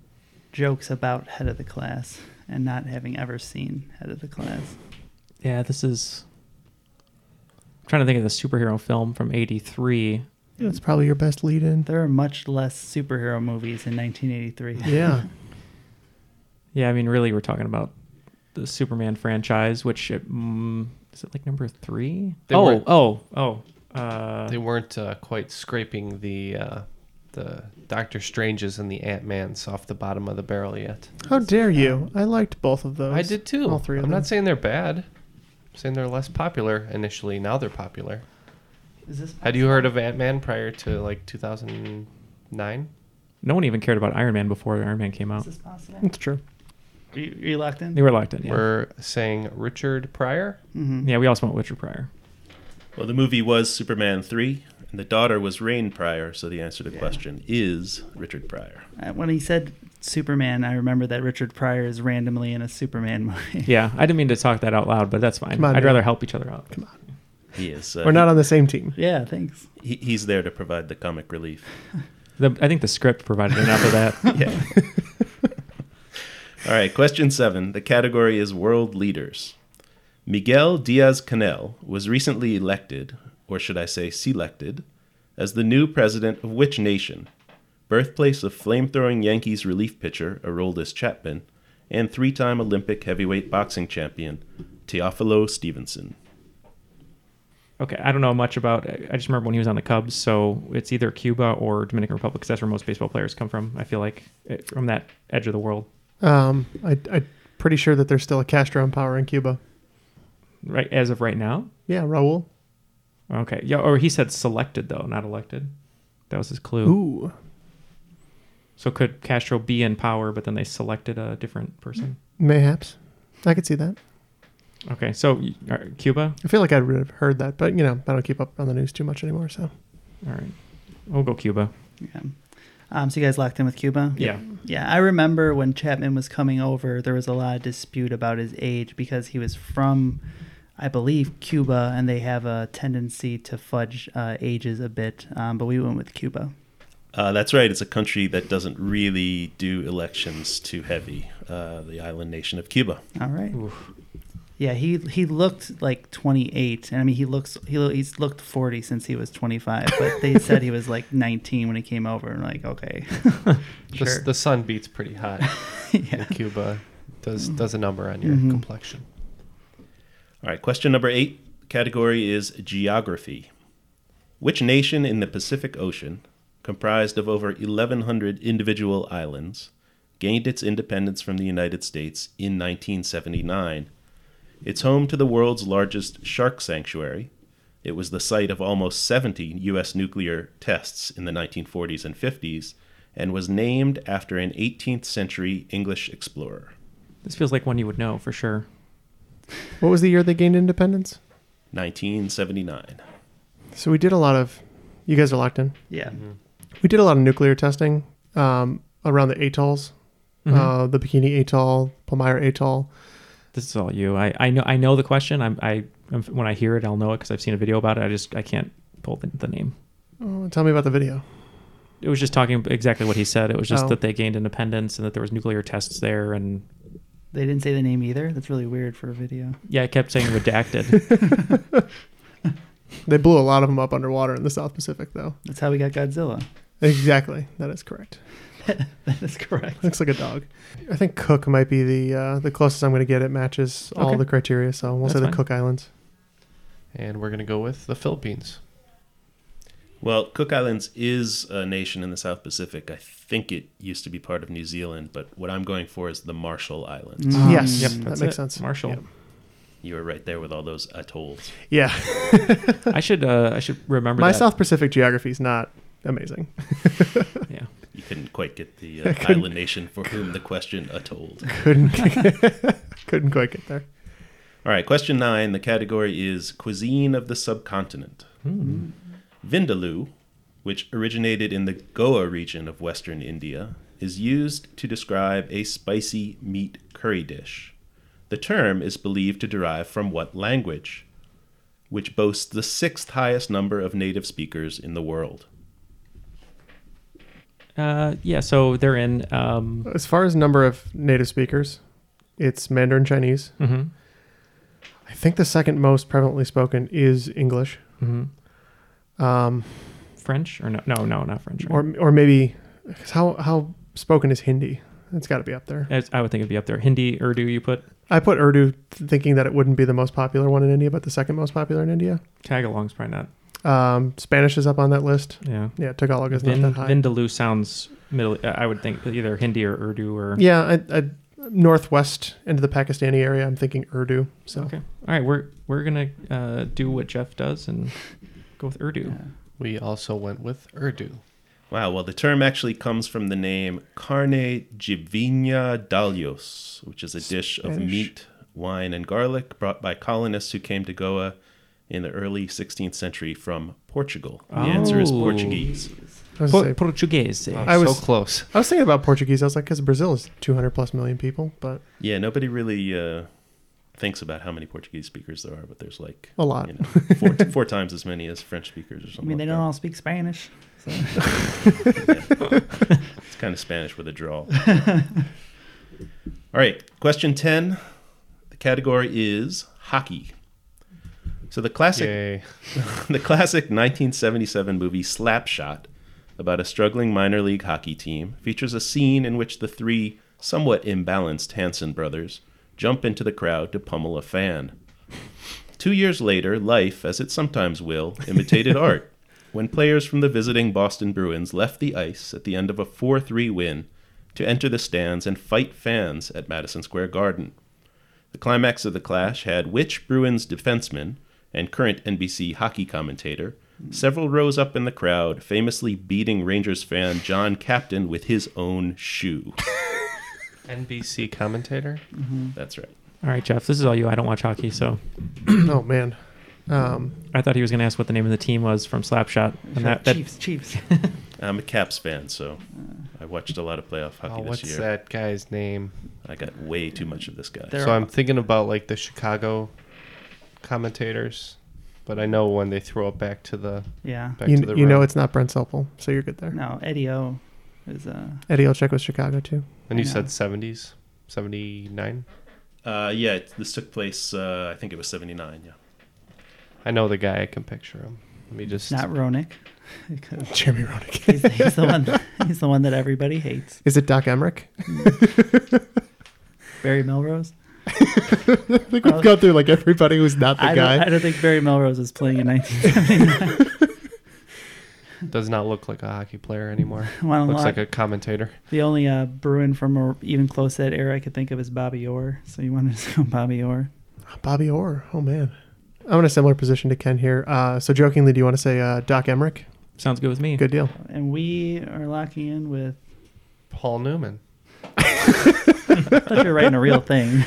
Speaker 4: jokes about head of the class and not having ever seen head of the class.
Speaker 2: Yeah, this is. I'm trying to think of the superhero film from '83.
Speaker 5: That's probably your best lead in.
Speaker 4: There are much less superhero movies in 1983.
Speaker 5: [LAUGHS] Yeah.
Speaker 2: Yeah, I mean, really, we're talking about the Superman franchise, which it, mm, is it like number three?
Speaker 3: They
Speaker 2: oh,
Speaker 3: weren't-
Speaker 2: oh, oh, uh,
Speaker 3: They weren't uh, quite scraping the uh, the Doctor Stranges and the Ant Man's off the bottom of the barrel yet.
Speaker 5: How dare you? I liked both of those.
Speaker 3: I did too.
Speaker 5: All three of
Speaker 3: I'm
Speaker 5: them.
Speaker 3: not saying they're bad. I'm saying they're less popular initially. Now they're popular.
Speaker 4: Is this
Speaker 3: Had you heard of Ant Man prior to like 2009?
Speaker 2: no one even cared about Iron Man before Iron Man came out.
Speaker 4: is this possible?
Speaker 5: It's true.
Speaker 4: Are you, are you locked in?
Speaker 2: They were locked in. Yeah,
Speaker 3: We're saying Richard Pryor.
Speaker 6: Mm-hmm.
Speaker 2: yeah we also went
Speaker 6: [LAUGHS]
Speaker 2: Richard Pryor.
Speaker 6: Well, the movie was Superman 3, and the daughter was Rain Pryor, so the answer to the question is Richard Pryor.
Speaker 4: [LAUGHS] Uh, When he said Superman, I remember that Richard Pryor is randomly in a Superman [LAUGHS] movie.
Speaker 2: Yeah, I didn't mean to talk that out loud, but that's fine.
Speaker 5: Come on,
Speaker 2: I'd
Speaker 5: man.
Speaker 2: rather help each other out. Come on.
Speaker 6: He is. Uh,
Speaker 5: We're not on the same team.
Speaker 4: Yeah, thanks.
Speaker 6: he, he's there to provide the comic relief. [LAUGHS]
Speaker 2: The, I think the script provided enough of
Speaker 5: [LAUGHS]
Speaker 2: that.
Speaker 6: Yeah. All right, question seven. The category is world leaders. Miguel Diaz Canel was recently elected, or should I say selected, as the new president of which nation? Birthplace of flamethrowing Yankees relief pitcher Aroldis Chapman and three time Olympic heavyweight boxing champion Teofilo Stevenson.
Speaker 2: [LAUGHS] Okay, I don't know much about. I just remember when he was on the Cubs, so it's either Cuba or Dominican Republic, because that's where most baseball players come from. I feel like it, from that edge of the world,
Speaker 5: Um, I, I'm pretty sure that there's still a Castro in power in Cuba.
Speaker 2: right? As of right now,
Speaker 5: Yeah, Raul.
Speaker 2: okay, yeah. Or he said selected though, not elected. That was his clue.
Speaker 5: Ooh.
Speaker 2: So could Castro be in power, but then they selected a different person?
Speaker 5: Mayhaps. I could see that.
Speaker 2: Okay, so y- all right, Cuba.
Speaker 5: I feel like I would have heard that, but you know, I don't keep up on the news too much anymore. So
Speaker 2: All right, we'll go Cuba.
Speaker 4: Yeah. Um, so you guys locked in with Cuba?
Speaker 2: Yeah.
Speaker 4: Yeah. I remember when Chapman was coming over, there was a lot of dispute about his age because he was from, I believe, Cuba, and they have a tendency to fudge uh, ages a bit. Um, but we went with Cuba.
Speaker 6: Uh, that's right. It's a country that doesn't really do elections too heavy. Uh, the island nation of Cuba.
Speaker 4: All right. Yeah, he he looked like 28, and I mean he looks he lo- he's looked 40 since he was 25, but they said he was like 19 when he came over, and like okay,
Speaker 3: [LAUGHS] The,
Speaker 4: sure.
Speaker 3: the sun beats pretty hot.
Speaker 4: [LAUGHS]
Speaker 3: in
Speaker 4: Yeah.
Speaker 3: Cuba Uh, does
Speaker 4: Mm-hmm.
Speaker 3: does a number on your complexion.
Speaker 6: All right, question number eight. Category is geography. Which nation in the Pacific Ocean, comprised of over 1,100 individual islands, gained its independence from the United States in 1979? It's home to the world's largest shark sanctuary. It was the site of almost 70 U.S. nuclear tests in the 1940s and 50s and was named after an 18th century English explorer.
Speaker 2: This feels like one you would know for sure.
Speaker 5: what was the year they gained independence?
Speaker 6: 1979.
Speaker 5: So we did a lot of. You guys are locked in.
Speaker 4: yeah,
Speaker 5: We did a lot of nuclear testing um, around the atolls, uh, the Bikini Atoll, Palmyra Atoll.
Speaker 2: This is all you. I, I know I know the question. I'm I I'm, when I hear it, I'll know it because I've seen a video about it. I just I can't pull the, the name.
Speaker 5: Oh, tell me about the video.
Speaker 2: It was just talking exactly what he said. It was just
Speaker 5: Oh.
Speaker 2: that they gained independence and that there was nuclear tests there and
Speaker 4: they didn't say the name either. That's really weird for a video.
Speaker 2: yeah, I kept saying redacted.
Speaker 5: [LAUGHS] They blew a lot of them up underwater in the South Pacific, though.
Speaker 4: That's how we got Godzilla.
Speaker 5: Exactly, that is correct.
Speaker 2: [LAUGHS]
Speaker 4: That is correct.
Speaker 5: Looks like a dog. I think Cook might be the uh, the closest I'm going to get. It matches all
Speaker 2: Okay.
Speaker 5: the criteria, so we'll say
Speaker 2: That's
Speaker 5: the
Speaker 2: fine.
Speaker 5: Cook Islands.
Speaker 3: And we're gonna go with the Philippines.
Speaker 6: Well, Cook Islands is a nation in the South Pacific. I think it used to be part of New Zealand, but what I'm going for is the Marshall Islands.
Speaker 5: Mm. yes,
Speaker 2: Yep,
Speaker 5: that
Speaker 2: that's
Speaker 5: makes
Speaker 2: it.
Speaker 5: sense.
Speaker 2: Marshall.
Speaker 6: You were right there with all those atolls.
Speaker 5: Yeah,
Speaker 2: [LAUGHS]
Speaker 5: [LAUGHS]
Speaker 2: I should uh, I should remember
Speaker 5: my
Speaker 2: that.
Speaker 5: South Pacific geography is not amazing.
Speaker 2: [LAUGHS] Yeah.
Speaker 6: You couldn't quite get the uh, island nation for whom the question atolled.
Speaker 5: Couldn't [LAUGHS] couldn't quite get there.
Speaker 6: [LAUGHS] All right, question nine. The category is cuisine of the subcontinent. Vindaloo, which originated in the Goa region of western India, is used to describe a spicy meat curry dish. The term is believed to derive from what language, which boasts the sixth highest number of native speakers in the world?
Speaker 2: Uh, yeah. So they're in. Um,
Speaker 5: As far as number of native speakers, it's Mandarin Chinese.
Speaker 2: mhm.
Speaker 5: I think the second most prevalently spoken is English,
Speaker 2: Mm-hmm. French or no? No, no, not French. Right?
Speaker 5: Um, or or maybe 'cause how how spoken is Hindi? It's got to be up there.
Speaker 2: As- I would think it'd be up there. Hindi, Urdu. You put
Speaker 5: I put Urdu thinking that it wouldn't be the most popular one in India, but the second most popular in India.
Speaker 2: Tagalong's probably not.
Speaker 5: Um, Spanish is up on that list.
Speaker 2: Yeah.
Speaker 5: Yeah, Tagalog is
Speaker 2: Vin,
Speaker 5: not that high.
Speaker 2: Vindaloo sounds middle. uh, I would think either Hindi or Urdu or.
Speaker 5: yeah, I, I, northwest into the Pakistani area. I'm thinking Urdu. So
Speaker 2: Okay. All right. We're we're gonna uh, do what Jeff does and go with Urdu.
Speaker 3: We also went with Urdu.
Speaker 6: Wow, well, the term actually comes from the name carne jivina dalios, which is a dish of
Speaker 5: Spanish.
Speaker 6: meat, wine, and garlic brought by colonists who came to Goa in the early 16th century from Portugal. The answer is
Speaker 2: Oh.
Speaker 6: Portuguese.
Speaker 5: I was,
Speaker 2: Po-
Speaker 5: gonna say-
Speaker 2: Portuguese.
Speaker 5: I was-
Speaker 3: so close.
Speaker 5: I was thinking about Portuguese. I was like, because Brazil is 200 plus million people, but
Speaker 6: Yeah, nobody really uh, thinks about how many Portuguese speakers there are, but there's like
Speaker 5: A lot.
Speaker 6: you know, four, four [LAUGHS] times as many as French speakers or
Speaker 4: I
Speaker 6: something.
Speaker 4: mean, they
Speaker 6: like
Speaker 4: don't
Speaker 6: that.
Speaker 4: all speak Spanish.
Speaker 5: [LAUGHS]
Speaker 4: So.
Speaker 6: [LAUGHS] It's kind of Spanish with a drawl. All right, question 10. The category is hockey. So the classic
Speaker 3: Yay.
Speaker 6: [LAUGHS] the classic 1977 movie Slapshot, about a struggling minor league hockey team, features a scene in which the three somewhat imbalanced Hanson brothers jump into the crowd to pummel a fan. Two years later, life, as it sometimes will, imitated art when players from the visiting Boston Bruins left the ice at the end of a 4 3 win to enter the stands and fight fans at Madison Square Garden. The climax of the clash had which Bruins defenseman and current NBC hockey commentator several rows up in the crowd famously beating Rangers fan John Captain with his own shoe. Mm-hmm.
Speaker 3: NBC commentator.
Speaker 6: That's right.
Speaker 2: All right, Jeff, this is all you. I don't watch hockey, so
Speaker 5: [CLEARS THROAT] oh man, Um,
Speaker 2: I thought he was going to ask what the name of the team was from Slapshot. And that, that
Speaker 4: Chiefs, Chiefs.
Speaker 6: [LAUGHS] I'm a Caps fan, so I watched a lot of playoff hockey
Speaker 3: Oh,
Speaker 6: this
Speaker 3: what's
Speaker 6: year.
Speaker 3: that guy's name?
Speaker 6: I got way too much of this guy.
Speaker 4: There
Speaker 3: So I'm thinking about like the Chicago commentators, but I know when they throw it back to the
Speaker 4: Yeah.
Speaker 3: back
Speaker 5: you,
Speaker 3: to the
Speaker 5: you know
Speaker 3: road.
Speaker 5: it's not Brent Supple, so you're good there.
Speaker 4: No, Eddie O is uh
Speaker 5: Eddie Olczyk was Chicago too.
Speaker 3: And you
Speaker 4: I know.
Speaker 3: said 70s, 79.
Speaker 6: Uh, yeah, it, this took place. Uh, I think it was '79. Yeah,
Speaker 3: I know the guy. I can picture him. Let me just.
Speaker 4: not Ronick.
Speaker 5: Jeremy Roenick.
Speaker 4: he's, he's the one. He's the one that everybody hates.
Speaker 5: Is it Doc Emmerich?
Speaker 4: Mm. Barry
Speaker 5: [LAUGHS]
Speaker 4: Melrose.
Speaker 5: I think we've gone through like everybody who's not the
Speaker 4: I
Speaker 5: guy.
Speaker 4: don't, I don't think Barry Melrose is playing in 19. [LAUGHS]
Speaker 3: does not look like a hockey player
Speaker 4: [LAUGHS]
Speaker 3: anymore.
Speaker 4: Well,
Speaker 3: Looks
Speaker 4: uh,
Speaker 3: like a commentator.
Speaker 4: the only uh, Bruin from or even close to that era I could think of is Bobby Orr. So you [LAUGHS] wanted to go Bobby Orr.
Speaker 5: [LAUGHS] Bobby Orr. Oh man, I'm in a similar position to Ken here. Uh, so jokingly, do you want to say uh, Doc Emmerich?
Speaker 2: sounds good with me.
Speaker 5: Good deal.
Speaker 4: And we are locking in with.
Speaker 3: Paul Newman.
Speaker 4: I thought you were writing
Speaker 3: [LAUGHS]
Speaker 4: a real thing.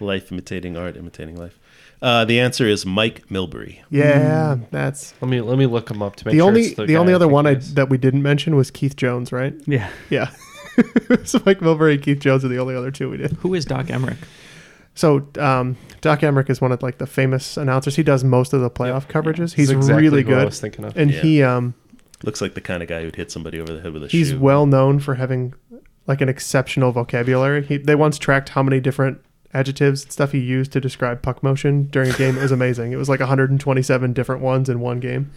Speaker 6: life imitating art, imitating life. Uh, the answer is Mike Milbury.
Speaker 5: Yeah,
Speaker 4: Hmm.
Speaker 5: that's
Speaker 3: Let me let me look him up to make
Speaker 5: Hmm. the
Speaker 3: sure.
Speaker 5: only
Speaker 3: it's
Speaker 5: the,
Speaker 3: the, guy
Speaker 5: only other
Speaker 3: think
Speaker 5: one
Speaker 3: he
Speaker 5: I,
Speaker 3: is.
Speaker 5: that we didn't mention was Keith Jones, right?
Speaker 4: Yeah.
Speaker 5: Yeah. [LAUGHS] so Mike Milbury and Keith Jones are the only other two we did.
Speaker 2: Who is Doc Emmerich?
Speaker 5: So um, Doc Emmerich is one of like the famous announcers. He does most of the playoff coverages. He's
Speaker 3: That's exactly
Speaker 5: really
Speaker 3: who I
Speaker 5: good,
Speaker 3: was thinking of.
Speaker 5: and
Speaker 6: Yeah.
Speaker 5: he um,
Speaker 6: Looks like the kind of guy who'd hit somebody over the head with a
Speaker 5: he's
Speaker 6: shoe.
Speaker 5: well known for having like an exceptional vocabulary. He, they once tracked how many different adjectives and stuff he used to describe puck motion during a game. It was amazing. It was like 127 different ones in one game.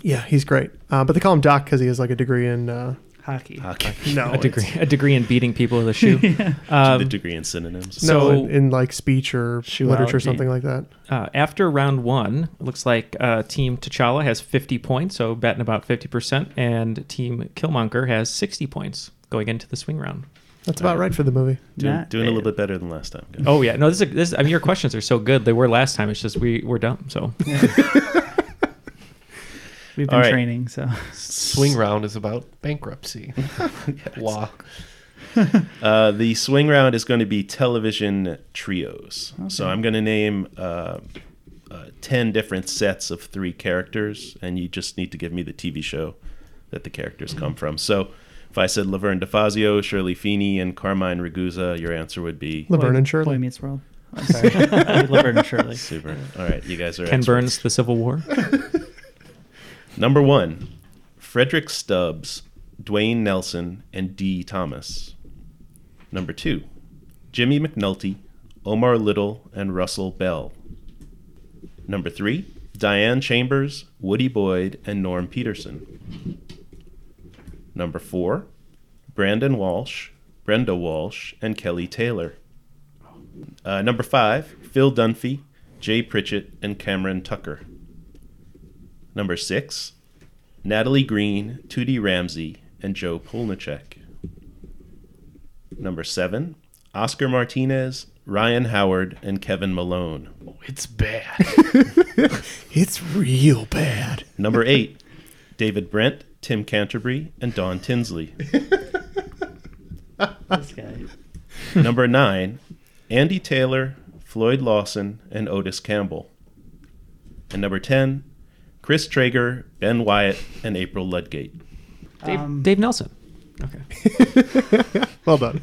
Speaker 5: Yeah, he's great. Uh, but they call him Doc because he has like a degree in uh,
Speaker 4: Hockey.
Speaker 5: [LAUGHS]
Speaker 6: [LAUGHS]
Speaker 5: no
Speaker 2: a degree, a degree in beating people with a
Speaker 4: [LAUGHS]
Speaker 2: shoe.
Speaker 6: to
Speaker 2: um,
Speaker 6: the degree in synonyms.
Speaker 5: No,
Speaker 2: So-
Speaker 5: in, in like speech or literature or
Speaker 4: Shoeology.
Speaker 5: something like that.
Speaker 2: Uh, after round one, it looks like uh, Team T'Challa has 50 points, so betting about 50%, and Team Killmonger has 60 points going into the swing round.
Speaker 5: That's
Speaker 2: Uh,
Speaker 5: about right for the movie.
Speaker 6: doing,
Speaker 4: Not
Speaker 6: doing a little bit
Speaker 4: bad.
Speaker 6: better than last time. guys.
Speaker 2: Oh yeah, no, this is this. I mean, your questions are so good. They were last time. It's just we were dumb. So
Speaker 4: We've
Speaker 6: All
Speaker 4: been
Speaker 6: right.
Speaker 4: training, so
Speaker 3: Swing round is about
Speaker 4: [LAUGHS]
Speaker 3: bankruptcy [LAUGHS] law.
Speaker 6: [LAUGHS] Uh, the swing round is going to be television trios. So I'm going to name uh, uh, ten different sets of three characters, and you just need to give me the TV show that the characters
Speaker 4: Mm-hmm.
Speaker 6: come from. So. If I said Laverne DeFazio, Shirley Feeney, and Carmine Ragusa, your answer would be
Speaker 5: Laverne
Speaker 4: Boy-
Speaker 5: and Shirley.
Speaker 4: Boy Meets World. I'm sorry. I mean, [LAUGHS] Laverne and Shirley.
Speaker 6: Super. All right, you guys are
Speaker 2: Ken
Speaker 6: experts.
Speaker 2: Burns, The Civil
Speaker 3: [LAUGHS]
Speaker 2: War.
Speaker 6: Number one, Frederick Stubbs, Dwayne Nelson, and D. Thomas. Number two, Jimmy McNulty, Omar Little, and Russell Bell. Number three, Diane Chambers, Woody Boyd, and Norm Peterson. Number four, Brandon Walsh, Brenda Walsh, and Kelly Taylor. Uh, number five, Phil Dunphy, Jay Pritchett, and Cameron Tucker. Number six, Natalie Green, Tootie Ramsey, and Joe Polnicek. Number seven, Oscar Martinez, Ryan Howard, and Kevin Malone.
Speaker 3: Oh, It's bad.
Speaker 5: [LAUGHS]
Speaker 3: [LAUGHS]
Speaker 5: It's real bad.
Speaker 6: Number eight, David Brent, Tim Canterbury, and Don Tinsley.
Speaker 2: [LAUGHS]
Speaker 4: This guy.
Speaker 6: [LAUGHS] Number nine, Andy Taylor, Floyd Lawson, and Otis Campbell. And number 10, Chris Traeger, Ben Wyatt, and April Ludgate.
Speaker 2: Dave, Dave Nelson. Okay.
Speaker 5: Well done.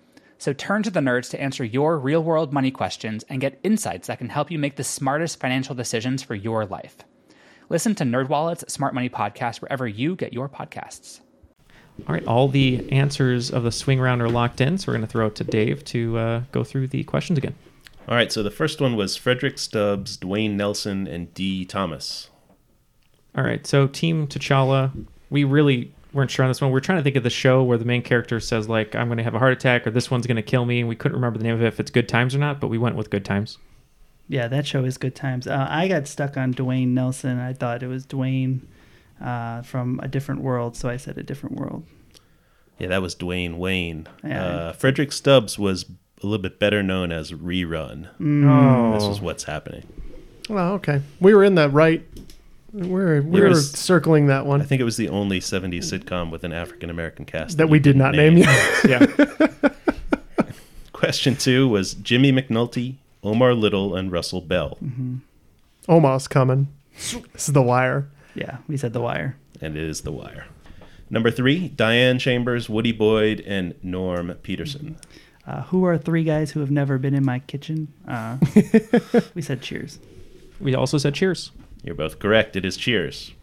Speaker 8: So turn to the nerds to answer your real world money questions and get insights that can help you make the smartest financial decisions for your life. Listen to NerdWallet's Smart Money Podcast wherever you get your podcasts.
Speaker 2: All right, all the answers of the swing round are locked in, so we're going to throw it to Dave to uh, go through the questions again.
Speaker 6: All right, so the first one was Frederick Stubbs, Dwayne Nelson, and D. Thomas.
Speaker 2: All right, so Team T'Challa, we really weren't sure on this one. We are trying to think of the show where the main character says like, "I'm going to have a heart attack" or "This one's going to kill me," and we couldn't remember the name of it if it's Good Times or not, but we went with Good Times.
Speaker 4: [LAUGHS] Yeah, that show is good times. Uh, I got stuck on Dwayne Nelson. I thought it was Dwayne uh, from a different world, so I said a different world.
Speaker 6: Yeah, that was Dwayne Wayne.
Speaker 4: Yeah.
Speaker 6: Uh, Frederick Stubbs was a little bit better known as Rerun.
Speaker 5: Mm.
Speaker 6: This
Speaker 5: Oh.
Speaker 6: is what's happening.
Speaker 5: Oh, okay. We were in that right. We were, we
Speaker 6: There
Speaker 5: were
Speaker 6: is-
Speaker 5: circling that one.
Speaker 6: I think it was the only 70s sitcom with an African American cast
Speaker 5: That we
Speaker 6: you
Speaker 5: did
Speaker 6: didn't
Speaker 5: not name [LAUGHS] yet.
Speaker 6: yeah. [LAUGHS] Question two was Jimmy McNulty, Omar Little, and Russell Bell.
Speaker 5: Mm-hmm. Omar's coming. This is The Wire.
Speaker 4: Yeah, we said
Speaker 5: [LAUGHS]
Speaker 4: The Wire.
Speaker 6: And it is The Wire. Number three, Diane Chambers, Woody Boyd, and Norm Peterson.
Speaker 4: Uh, who are three guys who have never been in my kitchen? Uh, we said cheers.
Speaker 2: We also said cheers.
Speaker 6: You're both correct. It is cheers.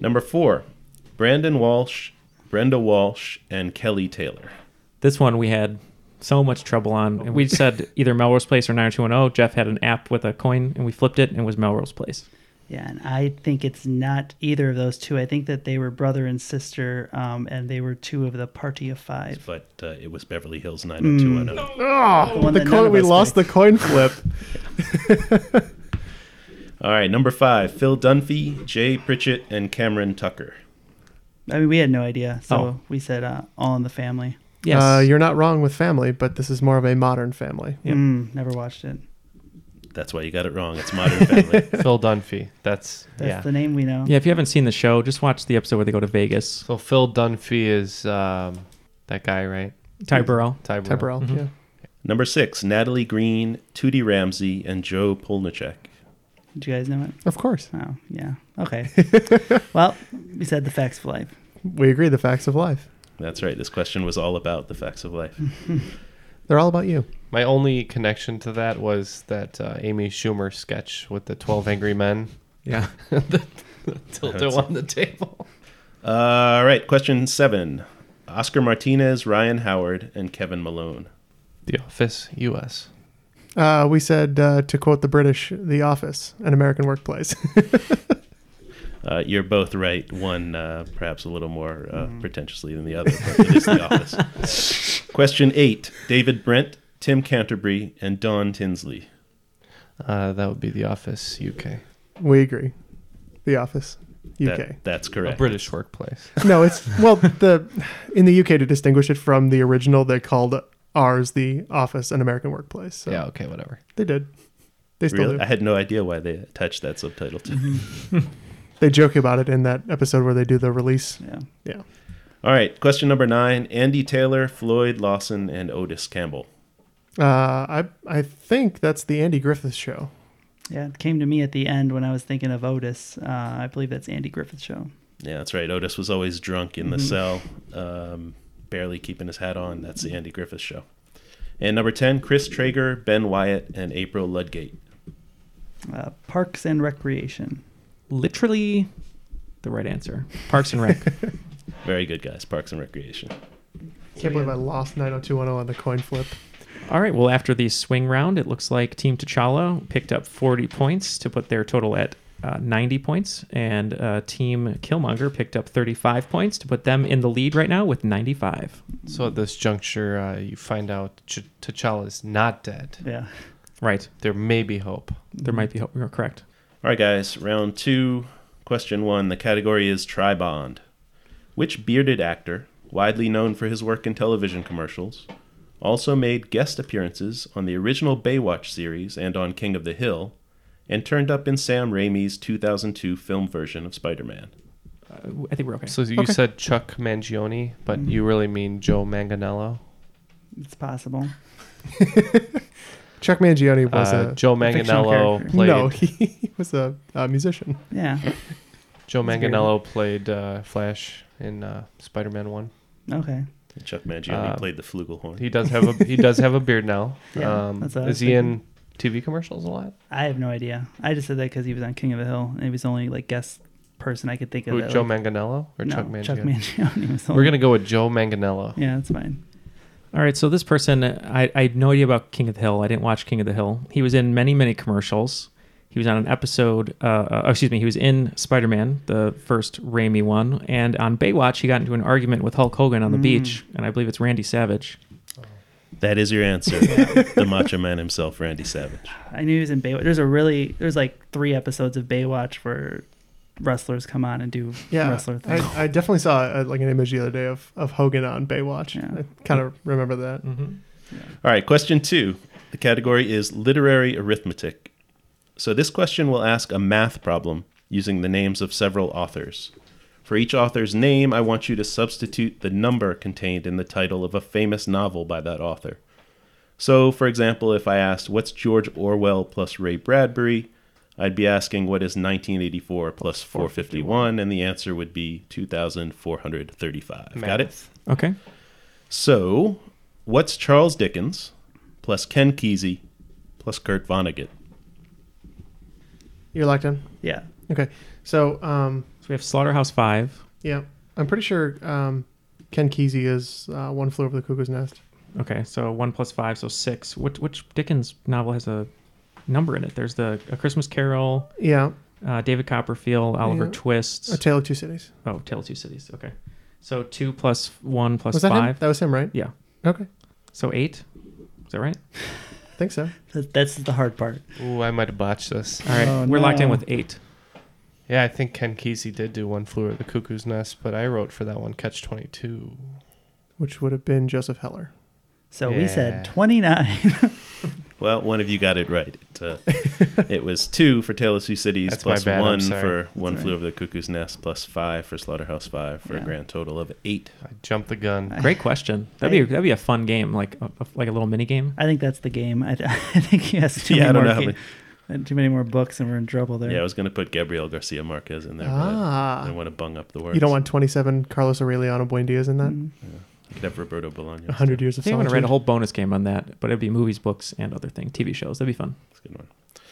Speaker 6: Number four, Brandon Walsh, Brenda Walsh, and Kelly Taylor.
Speaker 2: This one we had so much trouble on. And we said either Melrose Place or 90210. oh, Jeff had an app with a coin, and we flipped it, and it was Melrose Place.
Speaker 4: Yeah, and I think it's not either of those two. I think that they were brother and sister, um, and they were two of the party of five. Hmm.
Speaker 6: But uh, it was Beverly Hills 90210.
Speaker 5: Oh,
Speaker 4: The one
Speaker 5: the
Speaker 4: that none
Speaker 5: coin,
Speaker 4: of
Speaker 5: we
Speaker 4: us
Speaker 5: lost the coin flip.
Speaker 6: [LAUGHS]
Speaker 5: [LAUGHS]
Speaker 6: All right, number five, Phil Dunphy, Jay Pritchett, and Cameron Tucker.
Speaker 4: I mean, we had no idea, so
Speaker 6: Oh.
Speaker 4: we said uh, all in the family.
Speaker 5: Uh, you're not wrong with family, but this is more of a modern family.
Speaker 4: Mm, never watched it.
Speaker 6: That's why you got it wrong. It's Modern Family.
Speaker 3: [LAUGHS] Phil Dunphy. That's,
Speaker 4: That's
Speaker 3: yeah.
Speaker 4: the name we know.
Speaker 2: Yeah, if you haven't seen the show, just watch the episode where they go to Vegas.
Speaker 3: So Phil Dunphy is um, that guy, right?
Speaker 2: Ty Burrell.
Speaker 3: Ty Burrell.
Speaker 5: Mhm. yeah.
Speaker 6: Number six, Natalie Green, Tootie Ramsey, and Joe Polnicek.
Speaker 4: Did you guys know it?
Speaker 5: Of course.
Speaker 4: Oh, yeah.
Speaker 5: [LAUGHS]
Speaker 4: Okay. well, we said the facts of life.
Speaker 5: We agree the facts of life.
Speaker 6: That's right. This question was all about the facts of
Speaker 4: [LAUGHS]
Speaker 6: life.
Speaker 5: They're all about you.
Speaker 3: My only connection to that was that uh, Amy Schumer sketch with the 12 Angry Men.
Speaker 2: Yeah.
Speaker 3: [LAUGHS] the tilter on the table.
Speaker 6: All right, question seven. Oscar Martinez, Ryan Howard, and Kevin Malone.
Speaker 3: The Office, U.S.
Speaker 5: Uh, we said, uh, to quote the British, The Office, an American workplace. [LAUGHS]
Speaker 6: Uh, you're both right. One uh, perhaps a little more uh, pretentiously than the other, but it is the office. Question eight: David Brent, Tim Canterbury, and Don Tinsley.
Speaker 3: Uh, that would be The Office, U.K.
Speaker 5: we agree. The Office, UK.
Speaker 6: That- that's correct.
Speaker 3: A British workplace.
Speaker 5: no, it's well the in the UK to distinguish it from the original, they called ours the Office an American Workplace. So
Speaker 3: Yeah, okay, whatever.
Speaker 5: They did. They still
Speaker 6: Really?
Speaker 5: do. Mm-hmm.
Speaker 6: I had no idea why they attached that subtitle to.
Speaker 5: [LAUGHS] They joke about it in that episode where they do the release.
Speaker 4: Yeah.
Speaker 5: Yeah.
Speaker 6: All right, question number nine: Andy Taylor, Floyd Lawson, and Otis Campbell.
Speaker 5: Uh, I I think that's the Andy Griffith show.
Speaker 4: Yeah, it came to me at the end when I was thinking of Otis. Uh, I believe that's Andy Griffith's show.
Speaker 6: Yeah, that's right. Otis was always drunk in the
Speaker 4: Mhm.
Speaker 5: Mm-hmm.
Speaker 6: cell, um, barely keeping his hat on. That's the Andy Griffith show. And number ten: Chris Traeger, Ben Wyatt, and April Ludgate.
Speaker 4: Uh, Parks and Recreation.
Speaker 2: Literally the right answer. Parks and
Speaker 5: [LAUGHS]
Speaker 2: Rec.
Speaker 6: Very good guys. Parks and Recreation.
Speaker 5: Can't believe I lost 90210 on the coin flip.
Speaker 2: All right. Well, after the swing round, it looks like Team T'Challa picked up 40 points to put their total at uh, 90 points, and uh, Team Killmonger picked up 35 points to put them in the lead right now with 95.
Speaker 3: So at this juncture, uh, you find out Ch- T'Challa's not dead.
Speaker 4: Yeah.
Speaker 2: Right.
Speaker 3: There may be hope.
Speaker 2: There might be hope. You're correct.
Speaker 6: All right, guys, round two, question one. The category is Tribond. Which bearded actor, widely known for his work in television commercials, also made guest appearances on the original Baywatch series and on King of the Hill, and turned up in Sam Raimi's 2002 film version of Spider Man?
Speaker 3: Uh,
Speaker 2: Uh, I think we're okay.
Speaker 3: So you said Chuck Mangione, but you really mean Joe Manganello.
Speaker 4: It's possible.
Speaker 5: [LAUGHS] Chuck Mangione was
Speaker 3: Uh,
Speaker 5: a
Speaker 3: Joe
Speaker 5: fictional
Speaker 3: Manganiello
Speaker 5: character.
Speaker 3: played-
Speaker 5: No, he [LAUGHS] was a, a musician.
Speaker 4: Yeah.
Speaker 3: [LAUGHS] Joe
Speaker 4: That's weird.
Speaker 3: Manganello played uh, Flash in uh, Spider-Man One. Uh,
Speaker 4: Okay.
Speaker 6: Chuck Mangione played the flugelhorn.
Speaker 3: He does have a he does have a beard now.
Speaker 4: [LAUGHS] Yeah,
Speaker 3: um,
Speaker 4: that's what I
Speaker 3: is
Speaker 4: was
Speaker 3: he in TV commercials a lot?
Speaker 4: I have no idea. I just said that because he was on King of the Hill, and he was the only like guest person I could think of.
Speaker 3: Who,
Speaker 4: that,
Speaker 3: Joe
Speaker 4: like-
Speaker 3: Manganello or
Speaker 4: No,
Speaker 3: Chuck Mangione?
Speaker 4: Chuck [LAUGHS] Mangione was the
Speaker 3: We're
Speaker 4: only-
Speaker 3: gonna go with Joe Manganello.
Speaker 4: Yeah, that's fine.
Speaker 2: All right, so this person, I, I had no idea about King of the Hill. I didn't watch King of the Hill. He was in many, many commercials. He was on an episode, uh, uh, excuse me, he was in Spider Man, the first Raimi one. And on Baywatch, he got into an argument with Hulk Hogan on the
Speaker 6: Mm.
Speaker 2: beach, and I believe it's Randy Savage.
Speaker 6: That is your answer. the Macho Man himself, Randy Savage.
Speaker 4: I knew he was in Baywatch. There's a really there's like three episodes of Baywatch where wrestlers come on and do
Speaker 5: Yeah,
Speaker 4: wrestler things.
Speaker 5: I, I definitely saw uh like an image the other day of, of Hogan on Baywatch. I kind of remember that.
Speaker 3: Mm-hmm.
Speaker 6: All right, question two. The category is literary arithmetic. So this question will ask a math problem using the names of several authors. For each author's name, I want you to substitute the number contained in the title of a famous novel by that author. So, for example, if I asked, What's George Orwell plus Ray Bradbury? I'd be asking, What is 1984 plus 451? And the answer would be 2,435. Got it?
Speaker 3: Math.
Speaker 2: Okay.
Speaker 6: So, what's Charles Dickens plus Ken Kesey plus Kurt Vonnegut?
Speaker 5: You're locked in.
Speaker 4: Yeah.
Speaker 5: Okay. So,
Speaker 3: Oh.
Speaker 5: um,
Speaker 2: So we have Slaughterhouse Five.
Speaker 5: yeah, I'm pretty sure um, Ken Kesey is uh, One Flew Over the Cuckoo's Nest.
Speaker 2: Okay, so one plus five, so six. Which, which Dickens novel has a number in it? There's the A Christmas Carol.
Speaker 5: Yeah.
Speaker 2: Uh, David Copperfield, Oliver
Speaker 5: Yeah.
Speaker 2: Twist.
Speaker 5: A Tale of Two Cities.
Speaker 2: Oh, Tale of Two Cities. Okay. So two plus one plus
Speaker 5: Was that him?
Speaker 2: five.
Speaker 5: That was him, right?
Speaker 2: Yeah.
Speaker 5: Okay.
Speaker 2: So eight. Is that right?
Speaker 5: I think so.
Speaker 4: That- That's the hard part.
Speaker 3: Ooh, I might have botched this.
Speaker 2: All right, Oh, we're locked in no. with eight.
Speaker 3: Yeah, I think Ken Kesey did do one flew at the cuckoo's nest, but I wrote for that one Catch Twenty Two.
Speaker 5: Which would have been Joseph Heller.
Speaker 4: So
Speaker 3: Yeah.
Speaker 4: we
Speaker 2: [LAUGHS]
Speaker 4: said 29.
Speaker 6: Well, one of you got it right. It, uh, it was two for Tale of Two Cities
Speaker 3: That's
Speaker 6: plus
Speaker 3: my bad, I'm
Speaker 6: one
Speaker 3: sorry.
Speaker 6: for One
Speaker 3: That's
Speaker 6: Flew
Speaker 3: all
Speaker 6: Over the Cuckoo's Nest plus five for Slaughterhouse Five for a
Speaker 3: Yeah.
Speaker 6: grand total of eight.
Speaker 3: I jumped the gun.
Speaker 6: [LAUGHS]
Speaker 2: Great question. That'd be that'd be a fun game, like a, like a little mini game.
Speaker 4: I think that's the game. I, [LAUGHS] I think he has too
Speaker 6: Yeah, I
Speaker 4: many
Speaker 6: don't
Speaker 4: more
Speaker 6: know how
Speaker 4: ga- too many more books, and we're in trouble there.
Speaker 6: Yeah, I was going to put Gabriel Garcia Marquez in there.
Speaker 5: Ah.
Speaker 6: But I want to bung up the words.
Speaker 5: You don't want 27 Carlos Aureliano Buendias in that?
Speaker 4: Mm-hmm.
Speaker 6: I could have Roberto Bolaños.
Speaker 5: 100
Speaker 2: I
Speaker 5: years of
Speaker 2: think I want to
Speaker 5: solitude.
Speaker 2: write a whole bonus game on that, but it'd be movies, books, and other thing, TV shows. That'd be fun.
Speaker 6: All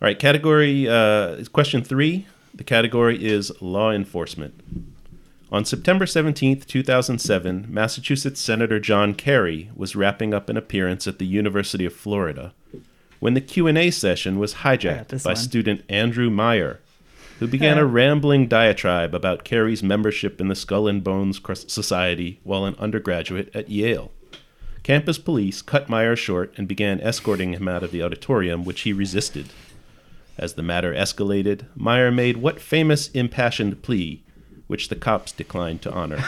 Speaker 6: right, category uh, is question three. The category is law enforcement. On September 17th, 2007, Massachusetts Senator John Kerry was wrapping up an appearance at the University of Florida when the Q&A session was hijacked
Speaker 3: this
Speaker 6: by
Speaker 3: one.
Speaker 6: student Andrew Meyer, who began a rambling diatribe about Kerry's membership in the Skull and Bones Cr- Society while an undergraduate at Yale. Campus police cut Meyer short and began escorting him out of the auditorium, which he resisted. As the matter escalated, Meyer made what famous impassioned plea, which the cops declined to
Speaker 4: [LAUGHS]
Speaker 6: honor.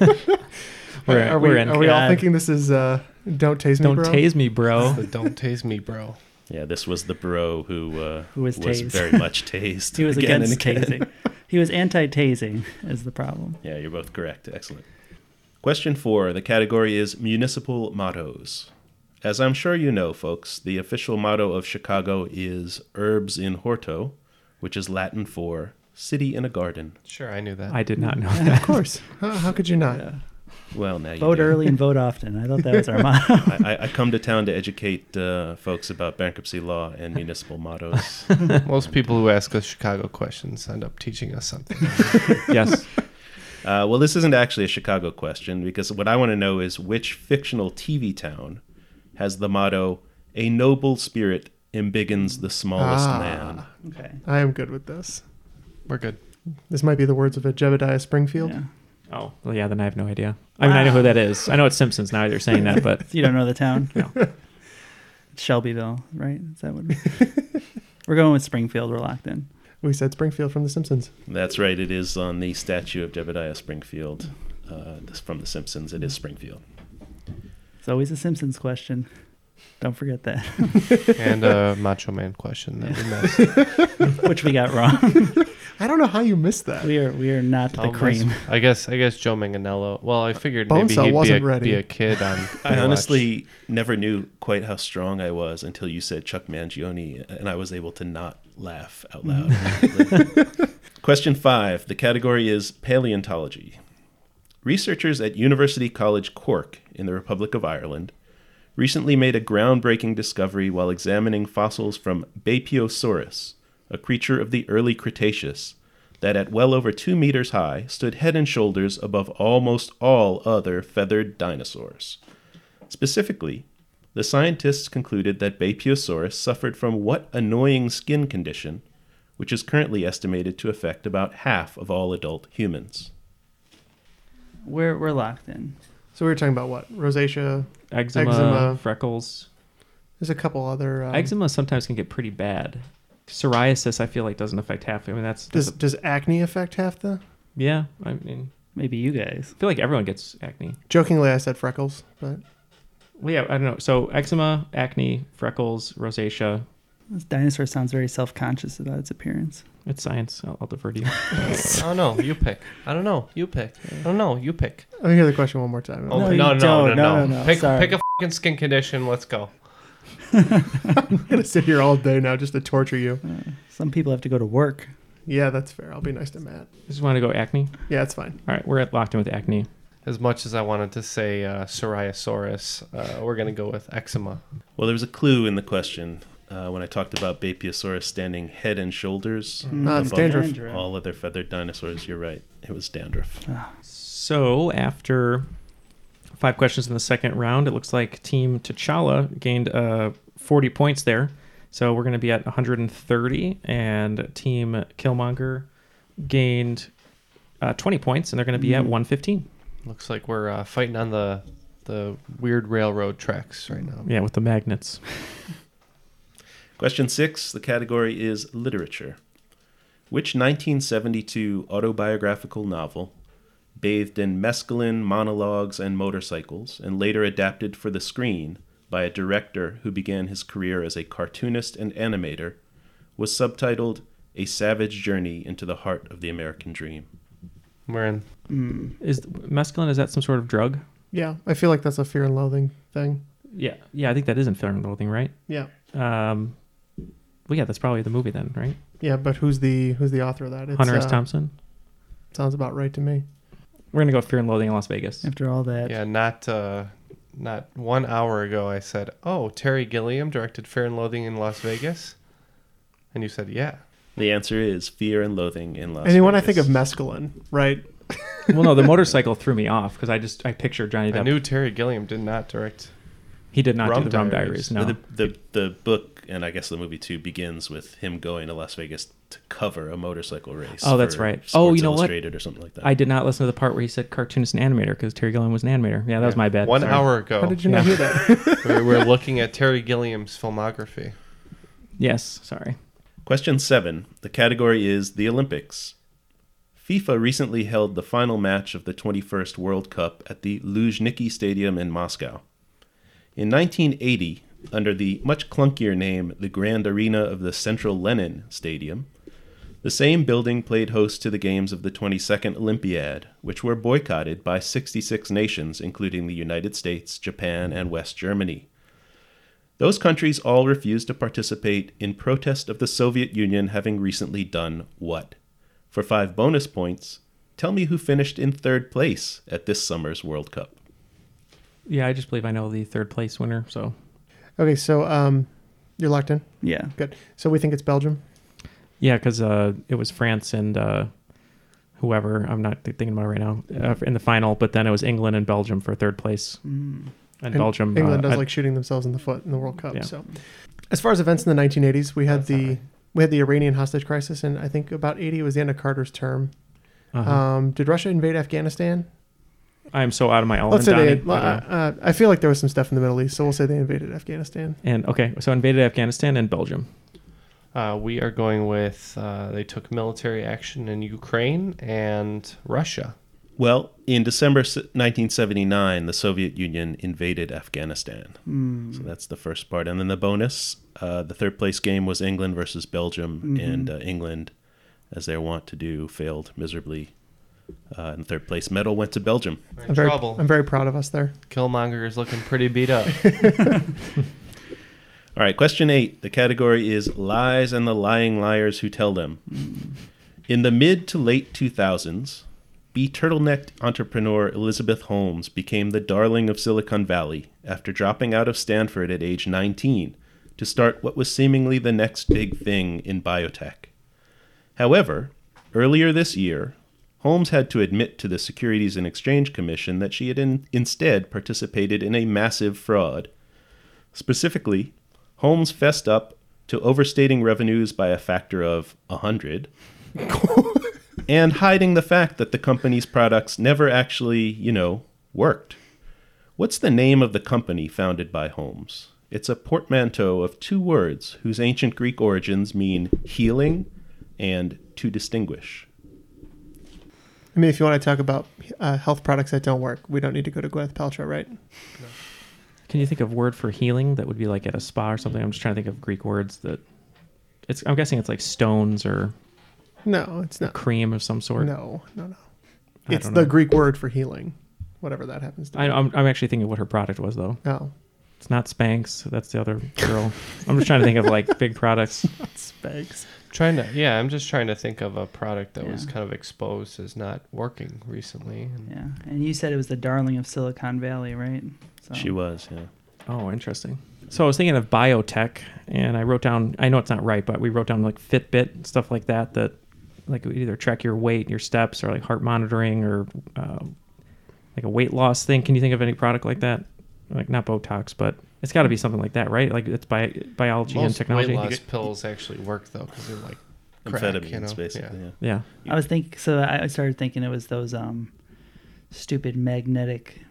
Speaker 2: We're-
Speaker 5: are we,
Speaker 2: we're in.
Speaker 5: are we all
Speaker 2: God.
Speaker 5: thinking this is uh, Don't Tase Me,
Speaker 2: Don't
Speaker 5: Bro?
Speaker 2: tase me, bro.
Speaker 3: The don't tase me, bro.
Speaker 6: Yeah, this was the bro who uh,
Speaker 4: Who was tased.
Speaker 6: very much tased.
Speaker 4: [LAUGHS] he was
Speaker 6: again and
Speaker 4: against
Speaker 6: again.
Speaker 4: tasing. He was anti-tasing is the problem.
Speaker 6: Yeah, you're both correct. Excellent. Question four. The category is municipal mottos. As I'm sure you know, folks, the official motto of Chicago is "Herbs in Horto," which is Latin for "City in a Garden."
Speaker 3: Sure, I knew that.
Speaker 2: I did not know
Speaker 5: Yeah,
Speaker 2: that. [LAUGHS]
Speaker 5: Of course. How, how could you not?
Speaker 6: [LAUGHS] Well, now you
Speaker 4: Vote
Speaker 6: do.
Speaker 4: early and vote often. I thought
Speaker 6: [LAUGHS]
Speaker 4: that was our motto. [LAUGHS]
Speaker 6: I, I- I come to town to educate uh, folks about bankruptcy law and municipal mottos.
Speaker 3: [LAUGHS] Most people who ask us Chicago questions end up teaching us something.
Speaker 6: [LAUGHS] yes. Uh, well, this isn't actually a Chicago question because what I want to know is which fictional TV town has the motto "A noble spirit embiggens the smallest
Speaker 5: Ah,
Speaker 6: man."
Speaker 4: Okay.
Speaker 5: I am good with this.
Speaker 3: We're good.
Speaker 5: This might be the words of a Jebediah Springfield.
Speaker 2: Oh, well, yeah, then I have no idea. I mean, I know who that is. I know it's Simpsons now they're saying that, but
Speaker 4: you don't know the town.
Speaker 2: No.
Speaker 4: [LAUGHS] Shelbyville, right? Is that what?
Speaker 5: [LAUGHS]
Speaker 4: we're going with Springfield. We're locked in.
Speaker 5: We said Springfield from The Simpsons.
Speaker 6: That's right. It is on the statue of Jebediah Springfield uh, this- from The Simpsons. It is Springfield.
Speaker 4: It's always a Simpsons question. Don't forget that.
Speaker 3: [LAUGHS] And
Speaker 4: [LAUGHS]
Speaker 3: a Macho Man question that we missed.
Speaker 4: which we got wrong.
Speaker 5: I don't know how you missed that.
Speaker 4: we are we are not the
Speaker 3: Almost.
Speaker 4: cream.
Speaker 3: I guess I guess Joe Manganello. Well, I figured
Speaker 5: Bone
Speaker 3: maybe
Speaker 5: Cell
Speaker 3: he'd be
Speaker 5: wasn't
Speaker 3: a,
Speaker 5: ready.
Speaker 3: be a kid
Speaker 4: [LAUGHS]
Speaker 6: [LAUGHS] I
Speaker 3: on. Baywatch.
Speaker 6: honestly never knew quite how strong I was until you said Chuck Mangione, and I was able to not laugh out loud. Question five. The category is paleontology. Researchers at University College Cork in the Republic of Ireland recently made a groundbreaking discovery while examining fossils from Bapiosaurus, a creature of the early Cretaceous that at well over two meters high stood head and shoulders above almost all other feathered dinosaurs. Specifically, the scientists concluded that Bapiosaurus suffered from what annoying skin condition, which is currently estimated to affect about half of all adult humans.
Speaker 4: We're we're locked in.
Speaker 5: So we were talking about what? Rosacea,
Speaker 2: eczema, freckles.
Speaker 5: There's a couple other. Um,
Speaker 2: eczema sometimes can get pretty bad. Psoriasis, I feel like, doesn't affect half. I mean, that's, that's
Speaker 5: Does does acne affect half the?
Speaker 2: a- yeah. I mean,
Speaker 4: maybe you guys.
Speaker 2: I feel like everyone gets acne.
Speaker 5: Jokingly, I said freckles, but
Speaker 2: Well, yeah, I don't know. So eczema, acne, freckles, rosacea.
Speaker 4: This dinosaur sounds very self conscious about its appearance.
Speaker 2: It's science. I'll, I'll defer to you.
Speaker 3: I don't know. You pick. I don't know. You pick. I don't know. You pick.
Speaker 5: let me hear the question one more time.
Speaker 3: Oh, no,
Speaker 4: No, you
Speaker 3: no, no, no,
Speaker 4: don't. No,
Speaker 3: no,
Speaker 4: no, no.
Speaker 3: Pick,
Speaker 4: Sorry.
Speaker 3: pick a fucking skin condition. Let's go.
Speaker 5: I'm gonna sit here all day now just to torture you.
Speaker 4: Uh, Some people have to go to work.
Speaker 5: Yeah, that's fair. I'll be nice to Matt.
Speaker 2: Just want to go acne.
Speaker 5: Yeah, it's fine.
Speaker 2: All right, we're at locked in with acne.
Speaker 3: As much as I wanted to say uh, psoriasis, uh, we're gonna go with eczema.
Speaker 6: Well, there was a clue in the question uh, when I talked about Bapiosaurus standing head and shoulders
Speaker 5: Ah, it's dandruff.
Speaker 4: Dandruff.
Speaker 6: all other feathered dinosaurs. You're right. It was dandruff.
Speaker 2: So after five questions in the second round, it looks like Team T'Challa gained uh, 40 points there. So we're going to be at 130, and Team Killmonger gained uh, 20 points, and they're going to be at 115.
Speaker 3: Looks like we're uh, fighting on the the weird railroad tracks right now.
Speaker 2: Yeah, with the magnets.
Speaker 6: Question six. The category is literature. Which 1972 autobiographical novel, bathed in mescaline, monologues, and motorcycles, and later adapted for the screen by a director who began his career as a cartoonist and animator, was subtitled A Savage Journey into the Heart of the American Dream?
Speaker 3: We're in.
Speaker 2: Is mescaline is that some sort of drug?
Speaker 5: Yeah, I feel like that's a fear and loathing thing.
Speaker 2: Yeah, yeah, I think that is in Fear and Loathing, right?
Speaker 5: Yeah,
Speaker 2: Um, well, yeah, that's probably the movie then, right?
Speaker 5: yeah, but who's the who's the author of that? It's,
Speaker 2: Hunter S.
Speaker 5: uh,
Speaker 2: Thompson.
Speaker 5: Sounds about right to me.
Speaker 2: We're gonna go with Fear and Loathing in Las Vegas.
Speaker 4: After all that,
Speaker 3: Yeah, not uh, not one hour ago. I said, "Oh, Terry Gilliam directed Fear and Loathing in Las Vegas," and you said, "Yeah."
Speaker 6: The answer is Fear and Loathing in Las
Speaker 5: and then when I
Speaker 6: Vegas.
Speaker 5: think of mescaline, right?
Speaker 2: well, no, the motorcycle threw me off because I just I pictured Johnny
Speaker 3: I
Speaker 2: Depp.
Speaker 3: knew Terry Gilliam did not direct.
Speaker 2: he did not
Speaker 3: Rum
Speaker 2: do the Rum
Speaker 3: Diaries.
Speaker 2: Diaries. No,
Speaker 6: The, the the book and I guess the movie too begins with him going to Las Vegas to cover a motorcycle race.
Speaker 2: Oh, that's
Speaker 6: for
Speaker 2: right. Oh,
Speaker 6: Sports
Speaker 2: you know what?
Speaker 6: Illustrated or something like that.
Speaker 2: I did not listen to the part where he said cartoonist and animator because Terry Gilliam was an animator. Yeah, that was my bad.
Speaker 3: One
Speaker 2: Sorry.
Speaker 3: hour ago,
Speaker 5: How did you not
Speaker 2: Yeah.
Speaker 5: hear that?
Speaker 2: [LAUGHS]
Speaker 3: [LAUGHS] we were looking at Terry Gilliam's filmography.
Speaker 2: Yes, sorry.
Speaker 6: Question seven. The category is the Olympics. FIFA recently held the final match of the 21st World Cup at the Luzhniki Stadium in Moscow. In 1980, under the much clunkier name the Grand Arena of the Central Lenin Stadium, The same building played host to the games of the 22nd Olympiad, which were boycotted by 66 nations, including the United States, Japan, and West Germany. Those countries all refused to participate in protest of the Soviet Union having recently done what? For five bonus points, tell me who finished in third place at this summer's World Cup.
Speaker 2: Yeah, I just believe I know the third place winner. So
Speaker 5: [LAUGHS] Okay, so um, you're locked in.
Speaker 2: Yeah.
Speaker 5: Good. So we think it's Belgium.
Speaker 2: yeah, because uh, it was France and uh, whoever I'm not thinking about it right now uh, in the final, but then it was England and Belgium for third place,
Speaker 5: Mm.
Speaker 2: and, Belgium.
Speaker 5: England
Speaker 2: uh,
Speaker 5: does
Speaker 2: I-
Speaker 5: like shooting themselves in the foot in the World Cup.
Speaker 2: Yeah.
Speaker 5: So, as far as events in the 1980s, we had the we had the Iranian hostage crisis, and I think about 80 was the end of Carter's term.
Speaker 2: Uh-huh.
Speaker 5: Um, did Russia invade Afghanistan?
Speaker 2: I am so out of my element.
Speaker 5: Let's say
Speaker 2: Donnie.
Speaker 5: they.
Speaker 2: I don't know.
Speaker 5: uh, I feel like there was some stuff in the Middle East, so we'll say they invaded Afghanistan.
Speaker 2: and okay, so invaded Afghanistan and Belgium.
Speaker 3: Uh, we are going with uh, they took military action in Ukraine and Russia.
Speaker 6: Well, in December s- 1979, the Soviet Union invaded Afghanistan.
Speaker 3: Hmm.
Speaker 6: So that's the first part. And then the bonus uh, the third place game was England versus Belgium,
Speaker 3: Mhm.
Speaker 6: and uh, England, as they want to do, failed miserably. Uh, and third place medal went to Belgium.
Speaker 5: I'm very, I'm very proud of us there.
Speaker 3: Killmonger is looking pretty
Speaker 5: [LAUGHS]
Speaker 3: beat up.
Speaker 6: All right, question eight. The category is lies and the lying liars who tell them. In the mid to late 2000s, be turtlenecked entrepreneur Elizabeth Holmes became the darling of Silicon Valley after dropping out of Stanford at age 19 to start what was seemingly the next big thing in biotech. However, earlier this year, Holmes had to admit to the Securities and Exchange Commission that she had in- instead participated in a massive fraud. Specifically, Holmes fessed up to overstating revenues by a factor of 100 and hiding the fact that the company's products never actually, you know, worked. What's the name of the company founded by Holmes? It's a portmanteau of two words whose ancient Greek origins mean healing and to distinguish.
Speaker 5: I mean, if you want to talk about uh, health products that don't work, we don't need to go to Gwyneth Paltrow, right?
Speaker 2: Can you think of word for healing that would be like at a spa or something? I'm just trying to think of Greek words that. It's. I'm guessing it's like stones or
Speaker 5: No, it's
Speaker 2: a
Speaker 5: not.
Speaker 2: cream of some sort.
Speaker 5: No, no, no.
Speaker 2: I
Speaker 5: It's
Speaker 2: don't
Speaker 5: the
Speaker 2: know.
Speaker 5: Greek word for healing, whatever that happens to be.
Speaker 2: I, I'm, I'm actually thinking what her product was though.
Speaker 5: Oh.
Speaker 2: It's not Spanx. That's the other girl. I'm just trying to think of like big products.
Speaker 5: Spags.
Speaker 3: Trying to, yeah, I'm just trying to think of a product that was
Speaker 4: Yeah.
Speaker 3: kind of exposed as not working recently. And
Speaker 4: [LAUGHS] Yeah. And you said it was the darling of Silicon Valley, right? So.
Speaker 6: She was, yeah.
Speaker 2: Oh, interesting. So I was thinking of biotech, and I wrote down. I know it's not right, but we wrote down like Fitbit stuff like that. That like would either track your weight, your steps, or like heart monitoring, or uh, like a weight loss thing. Can you think of any product like that? Like not Botox, but it's got to be something like that, right? Like it's bi- biology and
Speaker 3: Most
Speaker 2: technology.
Speaker 3: weight loss pills actually work though, because they're like crack, you know?
Speaker 6: Amphetamines, basically.
Speaker 3: Yeah.
Speaker 6: Yeah.
Speaker 2: Yeah.
Speaker 4: I was think so. I I started thinking it was those um, stupid magnetic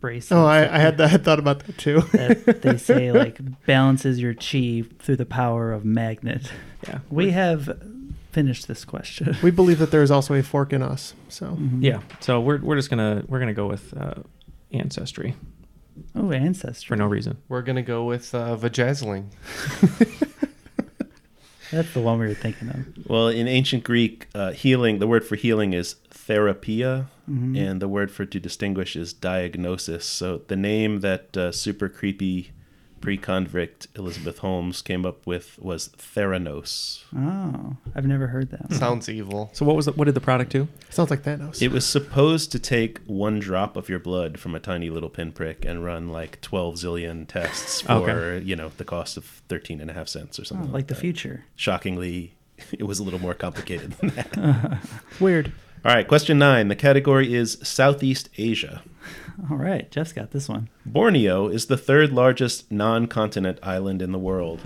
Speaker 4: bracelets.
Speaker 5: Oh, I-
Speaker 4: that
Speaker 5: I had that- I thought about that too. [LAUGHS]
Speaker 4: that they say like balances your chi through the power of magnet.
Speaker 2: Yeah,
Speaker 4: we have finished this question.
Speaker 5: we believe that there is also a fork in us. So
Speaker 2: Yeah. So we're we're just gonna we're gonna go with uh, ancestry
Speaker 4: Oh, ancestry.
Speaker 2: for no reason.
Speaker 3: We're gonna go with uh, vajazzling.
Speaker 4: [LAUGHS] That's the one we were thinking of.
Speaker 6: Well, in ancient Greek, uh, healing, the word for healing is therapia,
Speaker 4: Mhm.
Speaker 6: and the word for to distinguish is diagnosis. So the name that uh, super creepy pre convict Elizabeth Holmes came up with was Theranos.
Speaker 4: [LAUGHS] Oh, I've never heard that.
Speaker 3: Sounds evil.
Speaker 2: So what was the, what did the product do?
Speaker 5: Sounds like Thanos.
Speaker 6: It was supposed to take one drop of your blood from a tiny little pinprick and run like 12 zillion tests for,
Speaker 2: Okay.
Speaker 6: you know, the cost of 13 and a half cents or something.
Speaker 4: Oh, like the
Speaker 6: that.
Speaker 4: future.
Speaker 6: Shockingly, [LAUGHS] it was a little more complicated than
Speaker 4: [LAUGHS]
Speaker 6: that.
Speaker 5: Weird.
Speaker 6: All right, question nine. The category is Southeast Asia.
Speaker 4: All right, Jeff's got this one.
Speaker 6: Borneo is the third largest non continent island in the world,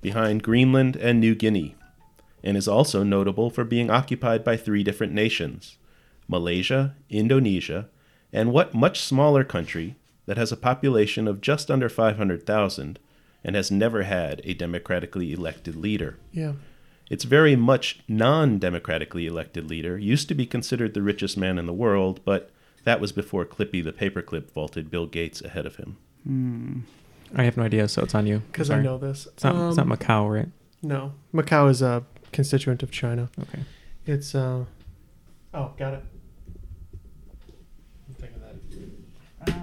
Speaker 6: behind Greenland and New Guinea, and is also notable for being occupied by three different nations Malaysia, Indonesia, and what much smaller country that has a population of just under 500,000 and has never had a democratically elected leader.
Speaker 5: Yeah.
Speaker 6: Its very much non democratically elected leader used to be considered the richest man in the world, but that was before Clippy the paperclip vaulted Bill Gates ahead of him.
Speaker 2: I have no idea, so it's on you. I'm
Speaker 5: Hmm. 'Cause I
Speaker 2: sorry.
Speaker 5: know this.
Speaker 2: It's not, it's not
Speaker 5: Um,
Speaker 2: Macau, right?
Speaker 5: No, Macau is a constituent of China.
Speaker 9: Okay.
Speaker 5: It's uh oh, got it.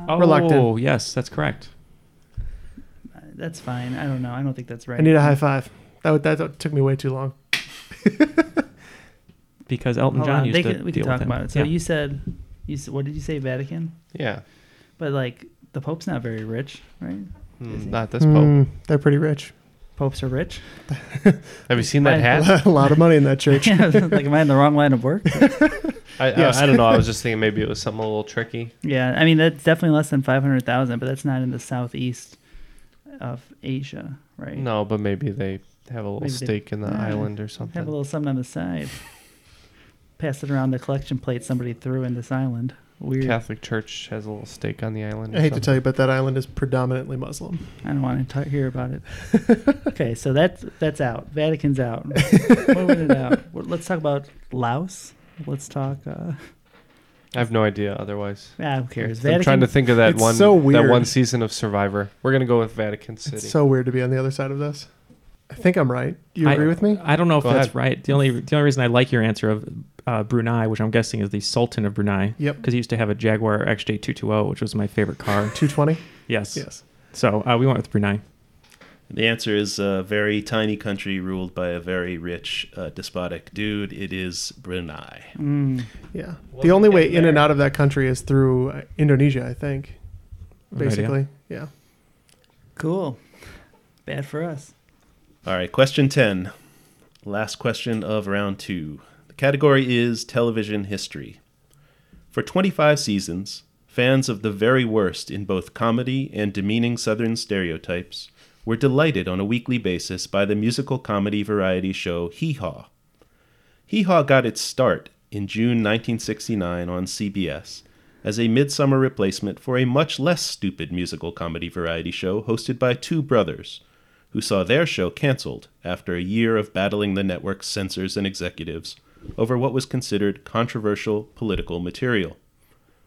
Speaker 2: Oh,
Speaker 5: Reluctant.
Speaker 2: yes, that's correct.
Speaker 4: That's fine. I don't know. I don't think that's right.
Speaker 5: I need a high five. That would- that, that took me way too long.
Speaker 2: Because [LAUGHS] Elton
Speaker 4: Hold
Speaker 2: John
Speaker 4: on,
Speaker 2: used
Speaker 4: they
Speaker 2: to
Speaker 4: can, we
Speaker 2: deal
Speaker 4: can talk
Speaker 2: with him.
Speaker 4: about it. So
Speaker 2: Yeah.
Speaker 4: you said, you s- what did you say? Vatican.
Speaker 3: Yeah.
Speaker 4: But like the Pope's not very rich, right? Is he?
Speaker 3: Hmm, not this
Speaker 2: Hmm.
Speaker 3: pope.
Speaker 5: Mm, they're pretty rich.
Speaker 4: Popes
Speaker 2: [LAUGHS]
Speaker 4: are rich.
Speaker 3: Have you seen that
Speaker 5: [LAUGHS]
Speaker 3: hat?
Speaker 5: a lot of money in that church.
Speaker 4: [LAUGHS] Yeah, like, am I in the wrong line
Speaker 3: [LAUGHS]
Speaker 4: of work?
Speaker 3: I,
Speaker 4: Yes.
Speaker 3: I, I don't
Speaker 5: [LAUGHS]
Speaker 3: know. I was just thinking maybe it was something a little tricky.
Speaker 4: yeah, I mean that's definitely less than five hundred thousand, but that's not in the southeast of Asia, right?
Speaker 3: No, but maybe they have a little
Speaker 4: Maybe they-
Speaker 3: stake in the
Speaker 4: Yeah,
Speaker 3: island or something.
Speaker 4: Have a little something on the side. Pass it around the collection plate somebody threw in this island. Weird.
Speaker 3: Catholic Church has a little stake on the island.
Speaker 5: I hate to tell you, but that island is predominantly Muslim.
Speaker 4: I don't want to hear about it.
Speaker 5: [LAUGHS]
Speaker 4: okay, so that's that's out. Vatican's out. what went it out? Well, Let's talk about Laos. Let's talk. Uh,
Speaker 3: I have no idea. Otherwise,
Speaker 4: Ah, who cares?
Speaker 3: I'm trying to
Speaker 4: Vatican-
Speaker 3: think of that
Speaker 5: It's
Speaker 3: one.
Speaker 5: so
Speaker 3: That
Speaker 5: weird.
Speaker 3: one season of Survivor. We're gonna go with Vatican City.
Speaker 5: It's so weird to be on the other side of this. I think I'm right. You agree
Speaker 2: I,
Speaker 5: with me?
Speaker 2: I don't know if
Speaker 5: Go
Speaker 2: that's
Speaker 5: ahead.
Speaker 2: right. The only the only reason I like your answer of uh, Brunei, which I'm guessing is the Sultan of Brunei,
Speaker 5: Yep.
Speaker 2: because he used to have a Jaguar XJ220, oh, which was my favorite car.
Speaker 5: 220.
Speaker 2: Yes.
Speaker 5: Yes.
Speaker 2: So uh, we went with Brunei.
Speaker 6: The answer is a very tiny country ruled by a very rich, uh, despotic dude. It is Brunei.
Speaker 4: Hmm.
Speaker 5: Yeah. the only way in and out of that country is through uh, Indonesia, I think.
Speaker 2: No idea.
Speaker 5: Basically, yeah.
Speaker 4: Cool. Bad for us.
Speaker 6: All right, question 10. Last question of round two. The category is television history. For 25 seasons, fans of the very worst in both comedy and demeaning Southern stereotypes were delighted on a weekly basis by the musical comedy variety show Hee Haw. Hee Haw got its start in June 1969 on CBS as a midsummer replacement for a much less stupid musical comedy variety show hosted by two brothers, who saw their show canceled after a year of battling the network's censors and executives over what was considered controversial political material.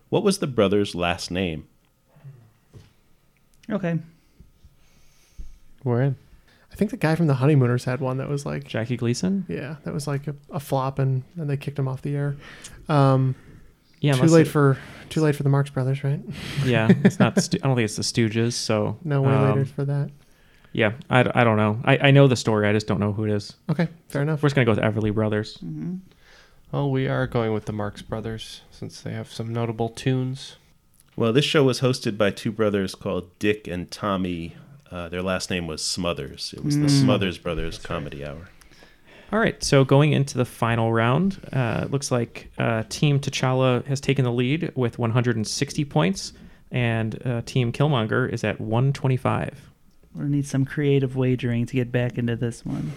Speaker 6: What was the brothers' last name?
Speaker 4: Okay.
Speaker 3: We're in.
Speaker 5: I think the guy from the Honeymooners had one that was like
Speaker 2: Jackie Gleason.
Speaker 5: Yeah, that was like a, a flop, and then they kicked him off the air. Um,
Speaker 2: Yeah,
Speaker 5: too
Speaker 2: unless
Speaker 5: late
Speaker 2: it-
Speaker 5: for too late for the Marx Brothers, right? [LAUGHS]
Speaker 2: Yeah, it's not. The Sto- I don't think it's the Stooges. So
Speaker 5: No way later
Speaker 2: um,
Speaker 5: for that.
Speaker 2: Yeah, I, d- I don't know. I, I know the story. I just don't know who it is.
Speaker 5: Okay, fair enough.
Speaker 2: We're just gonna go with Everly Brothers.
Speaker 3: Oh, we are going with the Marx Brothers since they have some notable tunes.
Speaker 6: Well, this show was hosted by two brothers called Dick and Tommy. Uh, their last name was Smothers. It was the
Speaker 2: Mm.
Speaker 6: Smothers Brothers Comedy Hour.
Speaker 2: All right, so going into the final round, uh, it looks like uh, Team T'Challa has taken the lead with 160 points, and uh, Team Killmonger is at 125.
Speaker 4: We're gonna need some creative wagering to get back into this one.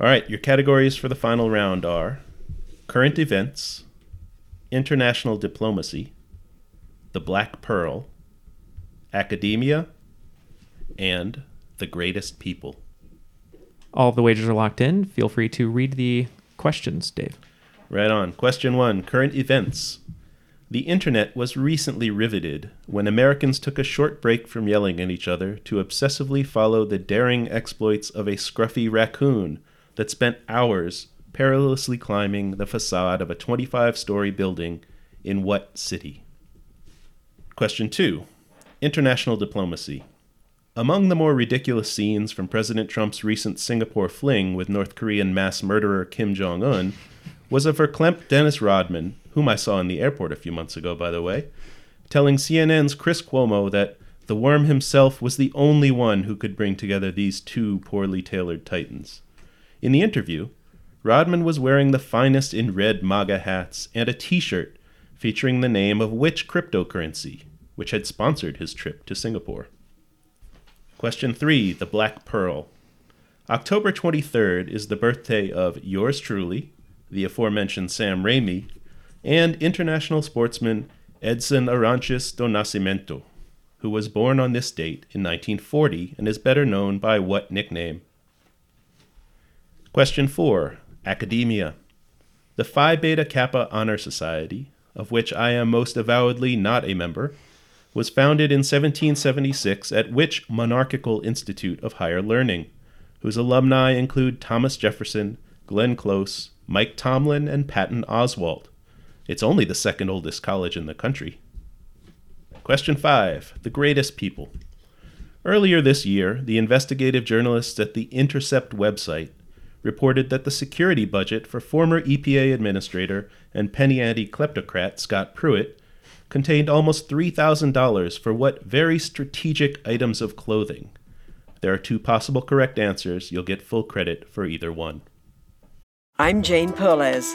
Speaker 6: All right, your categories for the final round are current events, international diplomacy, the Black Pearl, academia, and the greatest people.
Speaker 2: All of the wagers are locked in. Feel free to read the questions, Dave.
Speaker 6: Right on. Question one Current events. The internet was recently riveted when Americans took a short break from yelling at each other to obsessively follow the daring exploits of a scruffy raccoon that spent hours perilously climbing the facade of a 25 story building in what city? Question two International diplomacy. Among the more ridiculous scenes from President Trump's recent Singapore fling with North Korean mass murderer Kim Jong un was a verklempt Dennis Rodman, whom I saw in the airport a few months ago, by the way, telling CNN's Chris Cuomo that the worm himself was the only one who could bring together these two poorly tailored titans. In the interview, Rodman was wearing the finest in red MAGA hats and a t shirt featuring the name of which cryptocurrency, which had sponsored his trip to Singapore. Question three The Black Pearl. October 23rd is the birthday of yours truly, the aforementioned Sam Raimi, and international sportsman Edson Aranches do Nascimento, who was born on this date in 1940 and is better known by what nickname? Question 4 Academia. The Phi Beta Kappa Honor Society, of which I am most avowedly not a member, was founded in 1776 at which monarchical institute of higher learning, whose alumni include Thomas Jefferson, Glenn Close, Mike Tomlin, and Patton Oswalt. It's only the second oldest college in the country. Question 5 The Greatest People. Earlier this year, the investigative journalists at the Intercept website reported that the security budget for former EPA administrator and penny ante kleptocrat Scott Pruitt contained almost $3,000 for what very strategic items of clothing? There are two possible correct answers. You'll get full credit for either one.
Speaker 9: I'm Jane Perlez,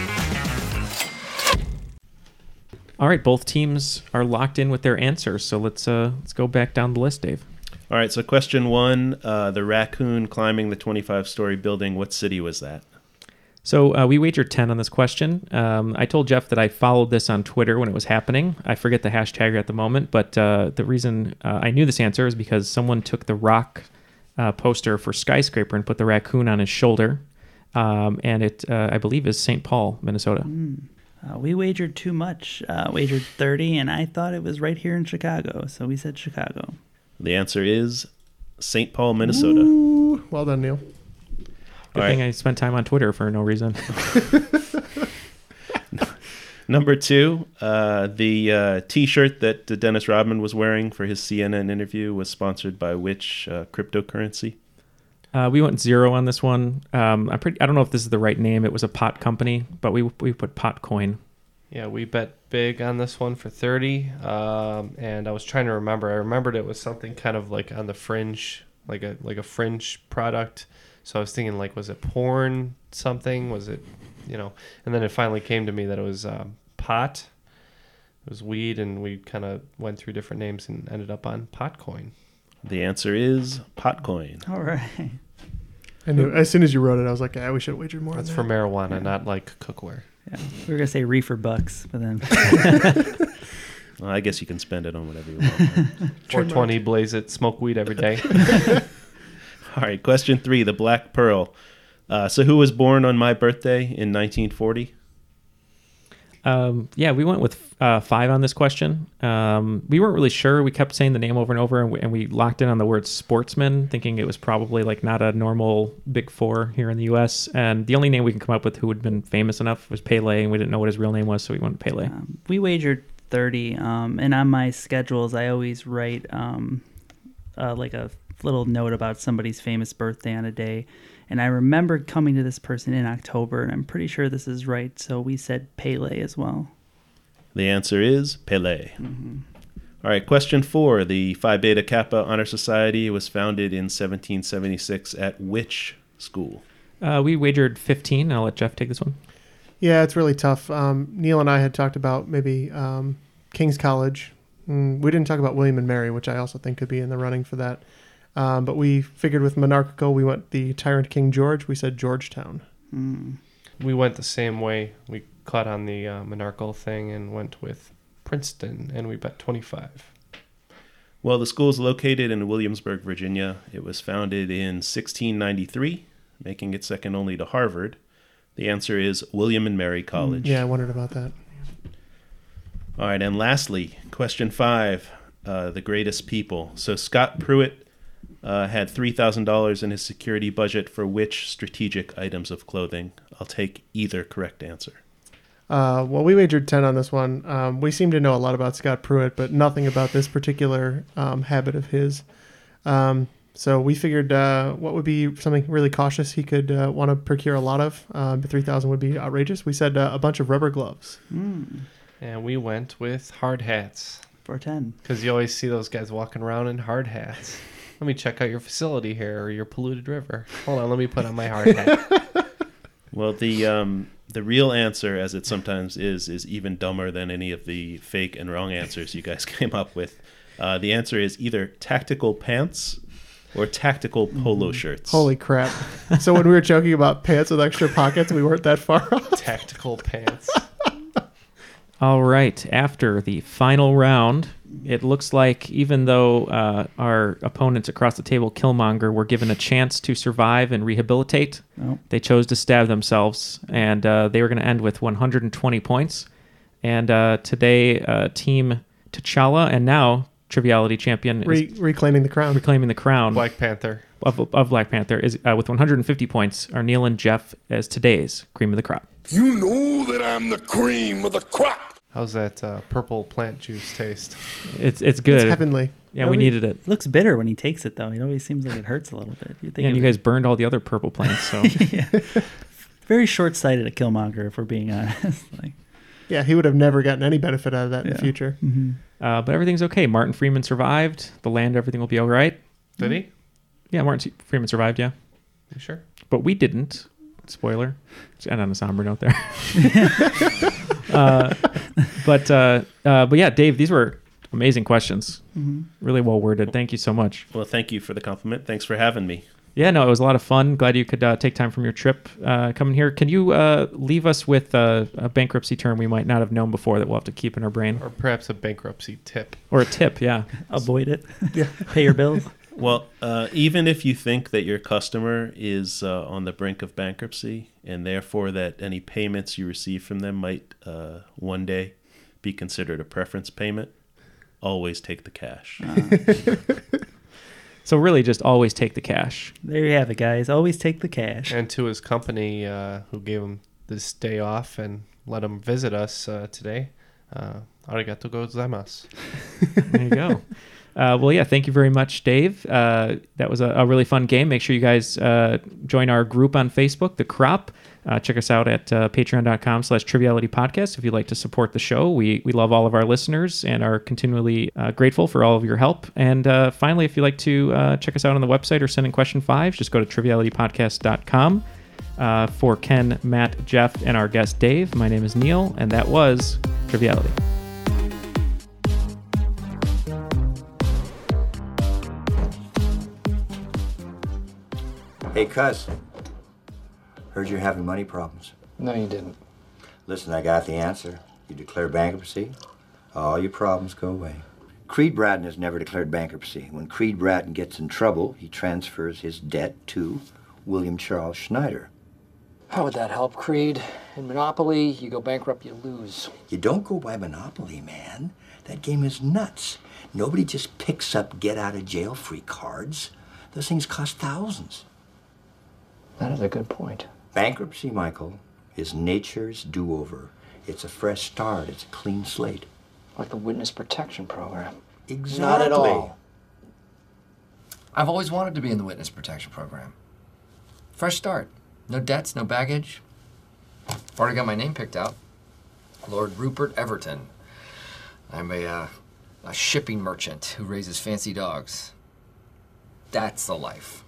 Speaker 2: All right, both teams are locked in with their answers, so let's uh, let's go back down the list, Dave.
Speaker 6: All right, so question one uh, the raccoon climbing the 25 story building, what city was that?
Speaker 2: So uh, we wagered 10 on this question. Um, I told Jeff that I followed this on Twitter when it was happening. I forget the hashtag at the moment, but uh, the reason uh, I knew this answer is because someone took the rock uh, poster for Skyscraper and put the raccoon on his shoulder. Um, and it, uh, I believe, is St. Paul, Minnesota.
Speaker 4: Mm. Uh, we wagered too much. Uh, wagered 30, and I thought it was right here in Chicago, so we said Chicago. [LAUGHS]
Speaker 6: The answer is St. Paul, Minnesota.
Speaker 5: Ooh, well done, Neil.
Speaker 2: Good
Speaker 6: All
Speaker 2: thing I spent time on Twitter for no reason. [LAUGHS]
Speaker 6: Number two, uh, the uh, t shirt that Dennis Rodman was wearing for his CNN interview was sponsored by which uh, cryptocurrency?
Speaker 2: Uh, we went zero on this one. Um, I'm pretty. I don't know if this is the right name. It was a pot company, but we we put Potcoin.
Speaker 3: Yeah, we bet big on this one for 30. Um, and I was trying to remember. I remembered it was something kind of like on the fringe, like a like a fringe product. So I was thinking like was it porn something? Was it, you know, and then it finally came to me that it was um, pot. It was weed and we kind of went through different names and ended up on Potcoin.
Speaker 6: The answer is Potcoin.
Speaker 4: All right.
Speaker 5: I knew, as soon as you wrote it, I was like, yeah, we should have wagered more. on
Speaker 3: That's
Speaker 5: that."
Speaker 3: for marijuana, not like cookware.
Speaker 4: Yeah. We were going to say reefer bucks, but then.
Speaker 2: [LAUGHS]
Speaker 6: Well, I guess you can spend it on whatever you
Speaker 3: [LAUGHS]
Speaker 6: want.
Speaker 3: 420, blaze it, smoke weed every day.
Speaker 6: All right, question three, the Black Pearl. Uh, so who was born on my birthday in 1940?
Speaker 2: Um, yeah, we went with uh, five on this question. Um, we weren't really sure. We kept saying the name over and over, and we, and we locked in on the word sportsman, thinking it was probably like not a normal big four here in the U.S. And the only name we can come up with who would have been famous enough was Pele, and we didn't know what his real name was, so we went Pele.
Speaker 4: we wagered 30 um, and on my schedules i always write um, uh, like a little note about somebody's famous birthday on a day and i remember coming to this person in october and i'm pretty sure this is right so we said pele as well
Speaker 6: The answer is Pele. All right, question four. The Phi Beta Kappa Honor Society was founded in 1776 at which school?
Speaker 2: Uh, we wagered 15. and I'll let Jeff take this one.
Speaker 5: Yeah, it's really tough. Um, Neil and I had talked about maybe um, King's College. Mm, we didn't talk about William and Mary, which I also think could be in the running for that. Um, but we figured with monarchical, we went the tyrant King George. We said Georgetown.
Speaker 3: We went the same way. We caught on the uh, monarchical thing and went with Princeton, and we bet 25.
Speaker 6: Well, the school is located in Williamsburg, Virginia. It was founded in 1693, making it second only to Harvard. The answer is William and Mary College.
Speaker 5: Yeah, I wondered about that.
Speaker 6: All right, and lastly, question five: uh, the greatest people. So Scott Pruitt uh, had three thousand dollars in his security budget for which strategic items of clothing? I'll take either correct answer.
Speaker 5: Uh, well, we wagered 10 on this one. Um, we seem to know a lot about Scott Pruitt, but nothing about this particular um, habit of his. Um, so we figured uh, what would be something really cautious he could uh, want to procure a lot of. Uh, but 3,000 would be outrageous. We said uh, a bunch of rubber gloves.
Speaker 2: Hmm.
Speaker 3: And we went with hard hats.
Speaker 4: For 10.
Speaker 3: Because you always see those guys walking around in hard hats. Let me check out your facility here or your polluted river. Hold on, let me put on my hard hat.
Speaker 6: Well, the um, the real answer, as it sometimes is, is even dumber than any of the fake and wrong answers you guys [LAUGHS] came up with. Uh, the answer is either tactical pants or tactical Mm-hmm. polo shirts.
Speaker 2: [LAUGHS]
Speaker 5: Holy crap. so when we were joking about pants with extra pockets, we weren't that far off.
Speaker 2: [LAUGHS]
Speaker 3: Tactical pants.
Speaker 2: All right. After the final round, it looks like even though uh, our opponents across the table, Killmonger, were given a chance to survive and rehabilitate,
Speaker 4: No.
Speaker 2: they chose to stab themselves, and uh, they were going to end with 120 points. And uh, today, uh, Team T'Challa and now Triviality Champion
Speaker 5: Re-
Speaker 2: is
Speaker 5: reclaiming the crown.
Speaker 2: reclaiming the crown.
Speaker 3: Black Panther.
Speaker 2: Of, of Black Panther is uh, with 150 points are Neil and Jeff as today's cream of the crop.
Speaker 7: You know that I'm the cream of the crop.
Speaker 3: How's that uh, purple plant juice taste?
Speaker 2: It's it's good. Yeah, we needed it.
Speaker 4: Looks bitter when he takes it, though. It always seems like it hurts a little bit.
Speaker 2: Yeah,
Speaker 4: You think
Speaker 2: and you
Speaker 4: it-
Speaker 2: guys burned all the other purple plants, so
Speaker 4: very short sighted at Killmonger, if we're being [LAUGHS] honest. like,
Speaker 5: Yeah, he would have never gotten any benefit out of that in the
Speaker 4: Yeah.
Speaker 5: future.
Speaker 4: Mhm.
Speaker 2: Uh, but everything's okay. Martin Freeman survived. The land, everything will be all right.
Speaker 3: Did he?
Speaker 2: Yeah, Martin Se- Freeman survived. Yeah,
Speaker 3: You sure?
Speaker 2: but we didn't. Spoiler. Just end on a somber note
Speaker 3: [LAUGHS]
Speaker 2: there. uh, but uh, uh, but yeah, Dave, these were amazing questions.
Speaker 6: Mhm.
Speaker 2: Really well worded. Thank you so much.
Speaker 6: Well, thank you for the compliment. Thanks for having me.
Speaker 2: Yeah, no, it was a lot of fun. Glad you could uh, take time from your trip uh, coming here. Can you uh, leave us with uh, a bankruptcy term we might not have known before that we'll have to keep in our brain,
Speaker 3: Or perhaps a bankruptcy tip.
Speaker 2: or a tip? Yeah,
Speaker 4: avoid it.
Speaker 5: Yeah.
Speaker 4: Pay your bills.
Speaker 6: Well, uh, even if you think that your customer is uh, on the brink of bankruptcy and therefore that any payments you receive from them might uh, one day be considered a preference payment, always take the cash.
Speaker 2: So really, just always take the cash.
Speaker 4: There you have it, guys. Always take the cash.
Speaker 3: And to his company, uh, who gave him this day off and let him visit us uh, today, uh, arigato gozaimasu.
Speaker 2: [LAUGHS] there you go. Uh, well, yeah, thank you very much, Dave. Uh, that was a, a really fun game. Make sure you guys uh, join our group on Facebook, The Crop. Uh, check us out at uh, patreon.com slash triviality podcast if you'd like to support the show. We, we love all of our listeners and are continually uh, grateful for all of your help. And uh, finally, if you'd like to uh, check us out on the website or send in question five, just go to trivialitypodcast.com. Uh, for Ken, Matt, Jeff, and our guest Dave, my name is Neil, and that was Triviality.
Speaker 10: Hey, cuz. Heard you're having money problems.
Speaker 11: No, you didn't.
Speaker 10: Listen, I got the answer. You declare bankruptcy, all your problems go away. Creed Bratton has never declared bankruptcy. When Creed Bratton gets in trouble, he transfers his debt to William Charles Schneider.
Speaker 11: How would that help, Creed? In Monopoly, you go bankrupt, you lose.
Speaker 10: You don't go by Monopoly, man. That game is nuts. Nobody just picks up get out of jail free cards. Those things cost thousands.
Speaker 11: That is a good point.
Speaker 10: Bankruptcy, Michael, is nature's do over. It's a fresh start, it's a clean slate.
Speaker 11: Like the witness protection program.
Speaker 10: Exactly.
Speaker 11: Not at all. I've always wanted to be in the witness protection program. Fresh start. No debts, no baggage. I've already got my name picked out. Lord Rupert Everton. I'm a, uh, a shipping merchant who raises fancy dogs. That's the life.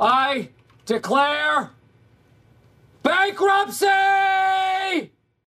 Speaker 11: I declare bankruptcy!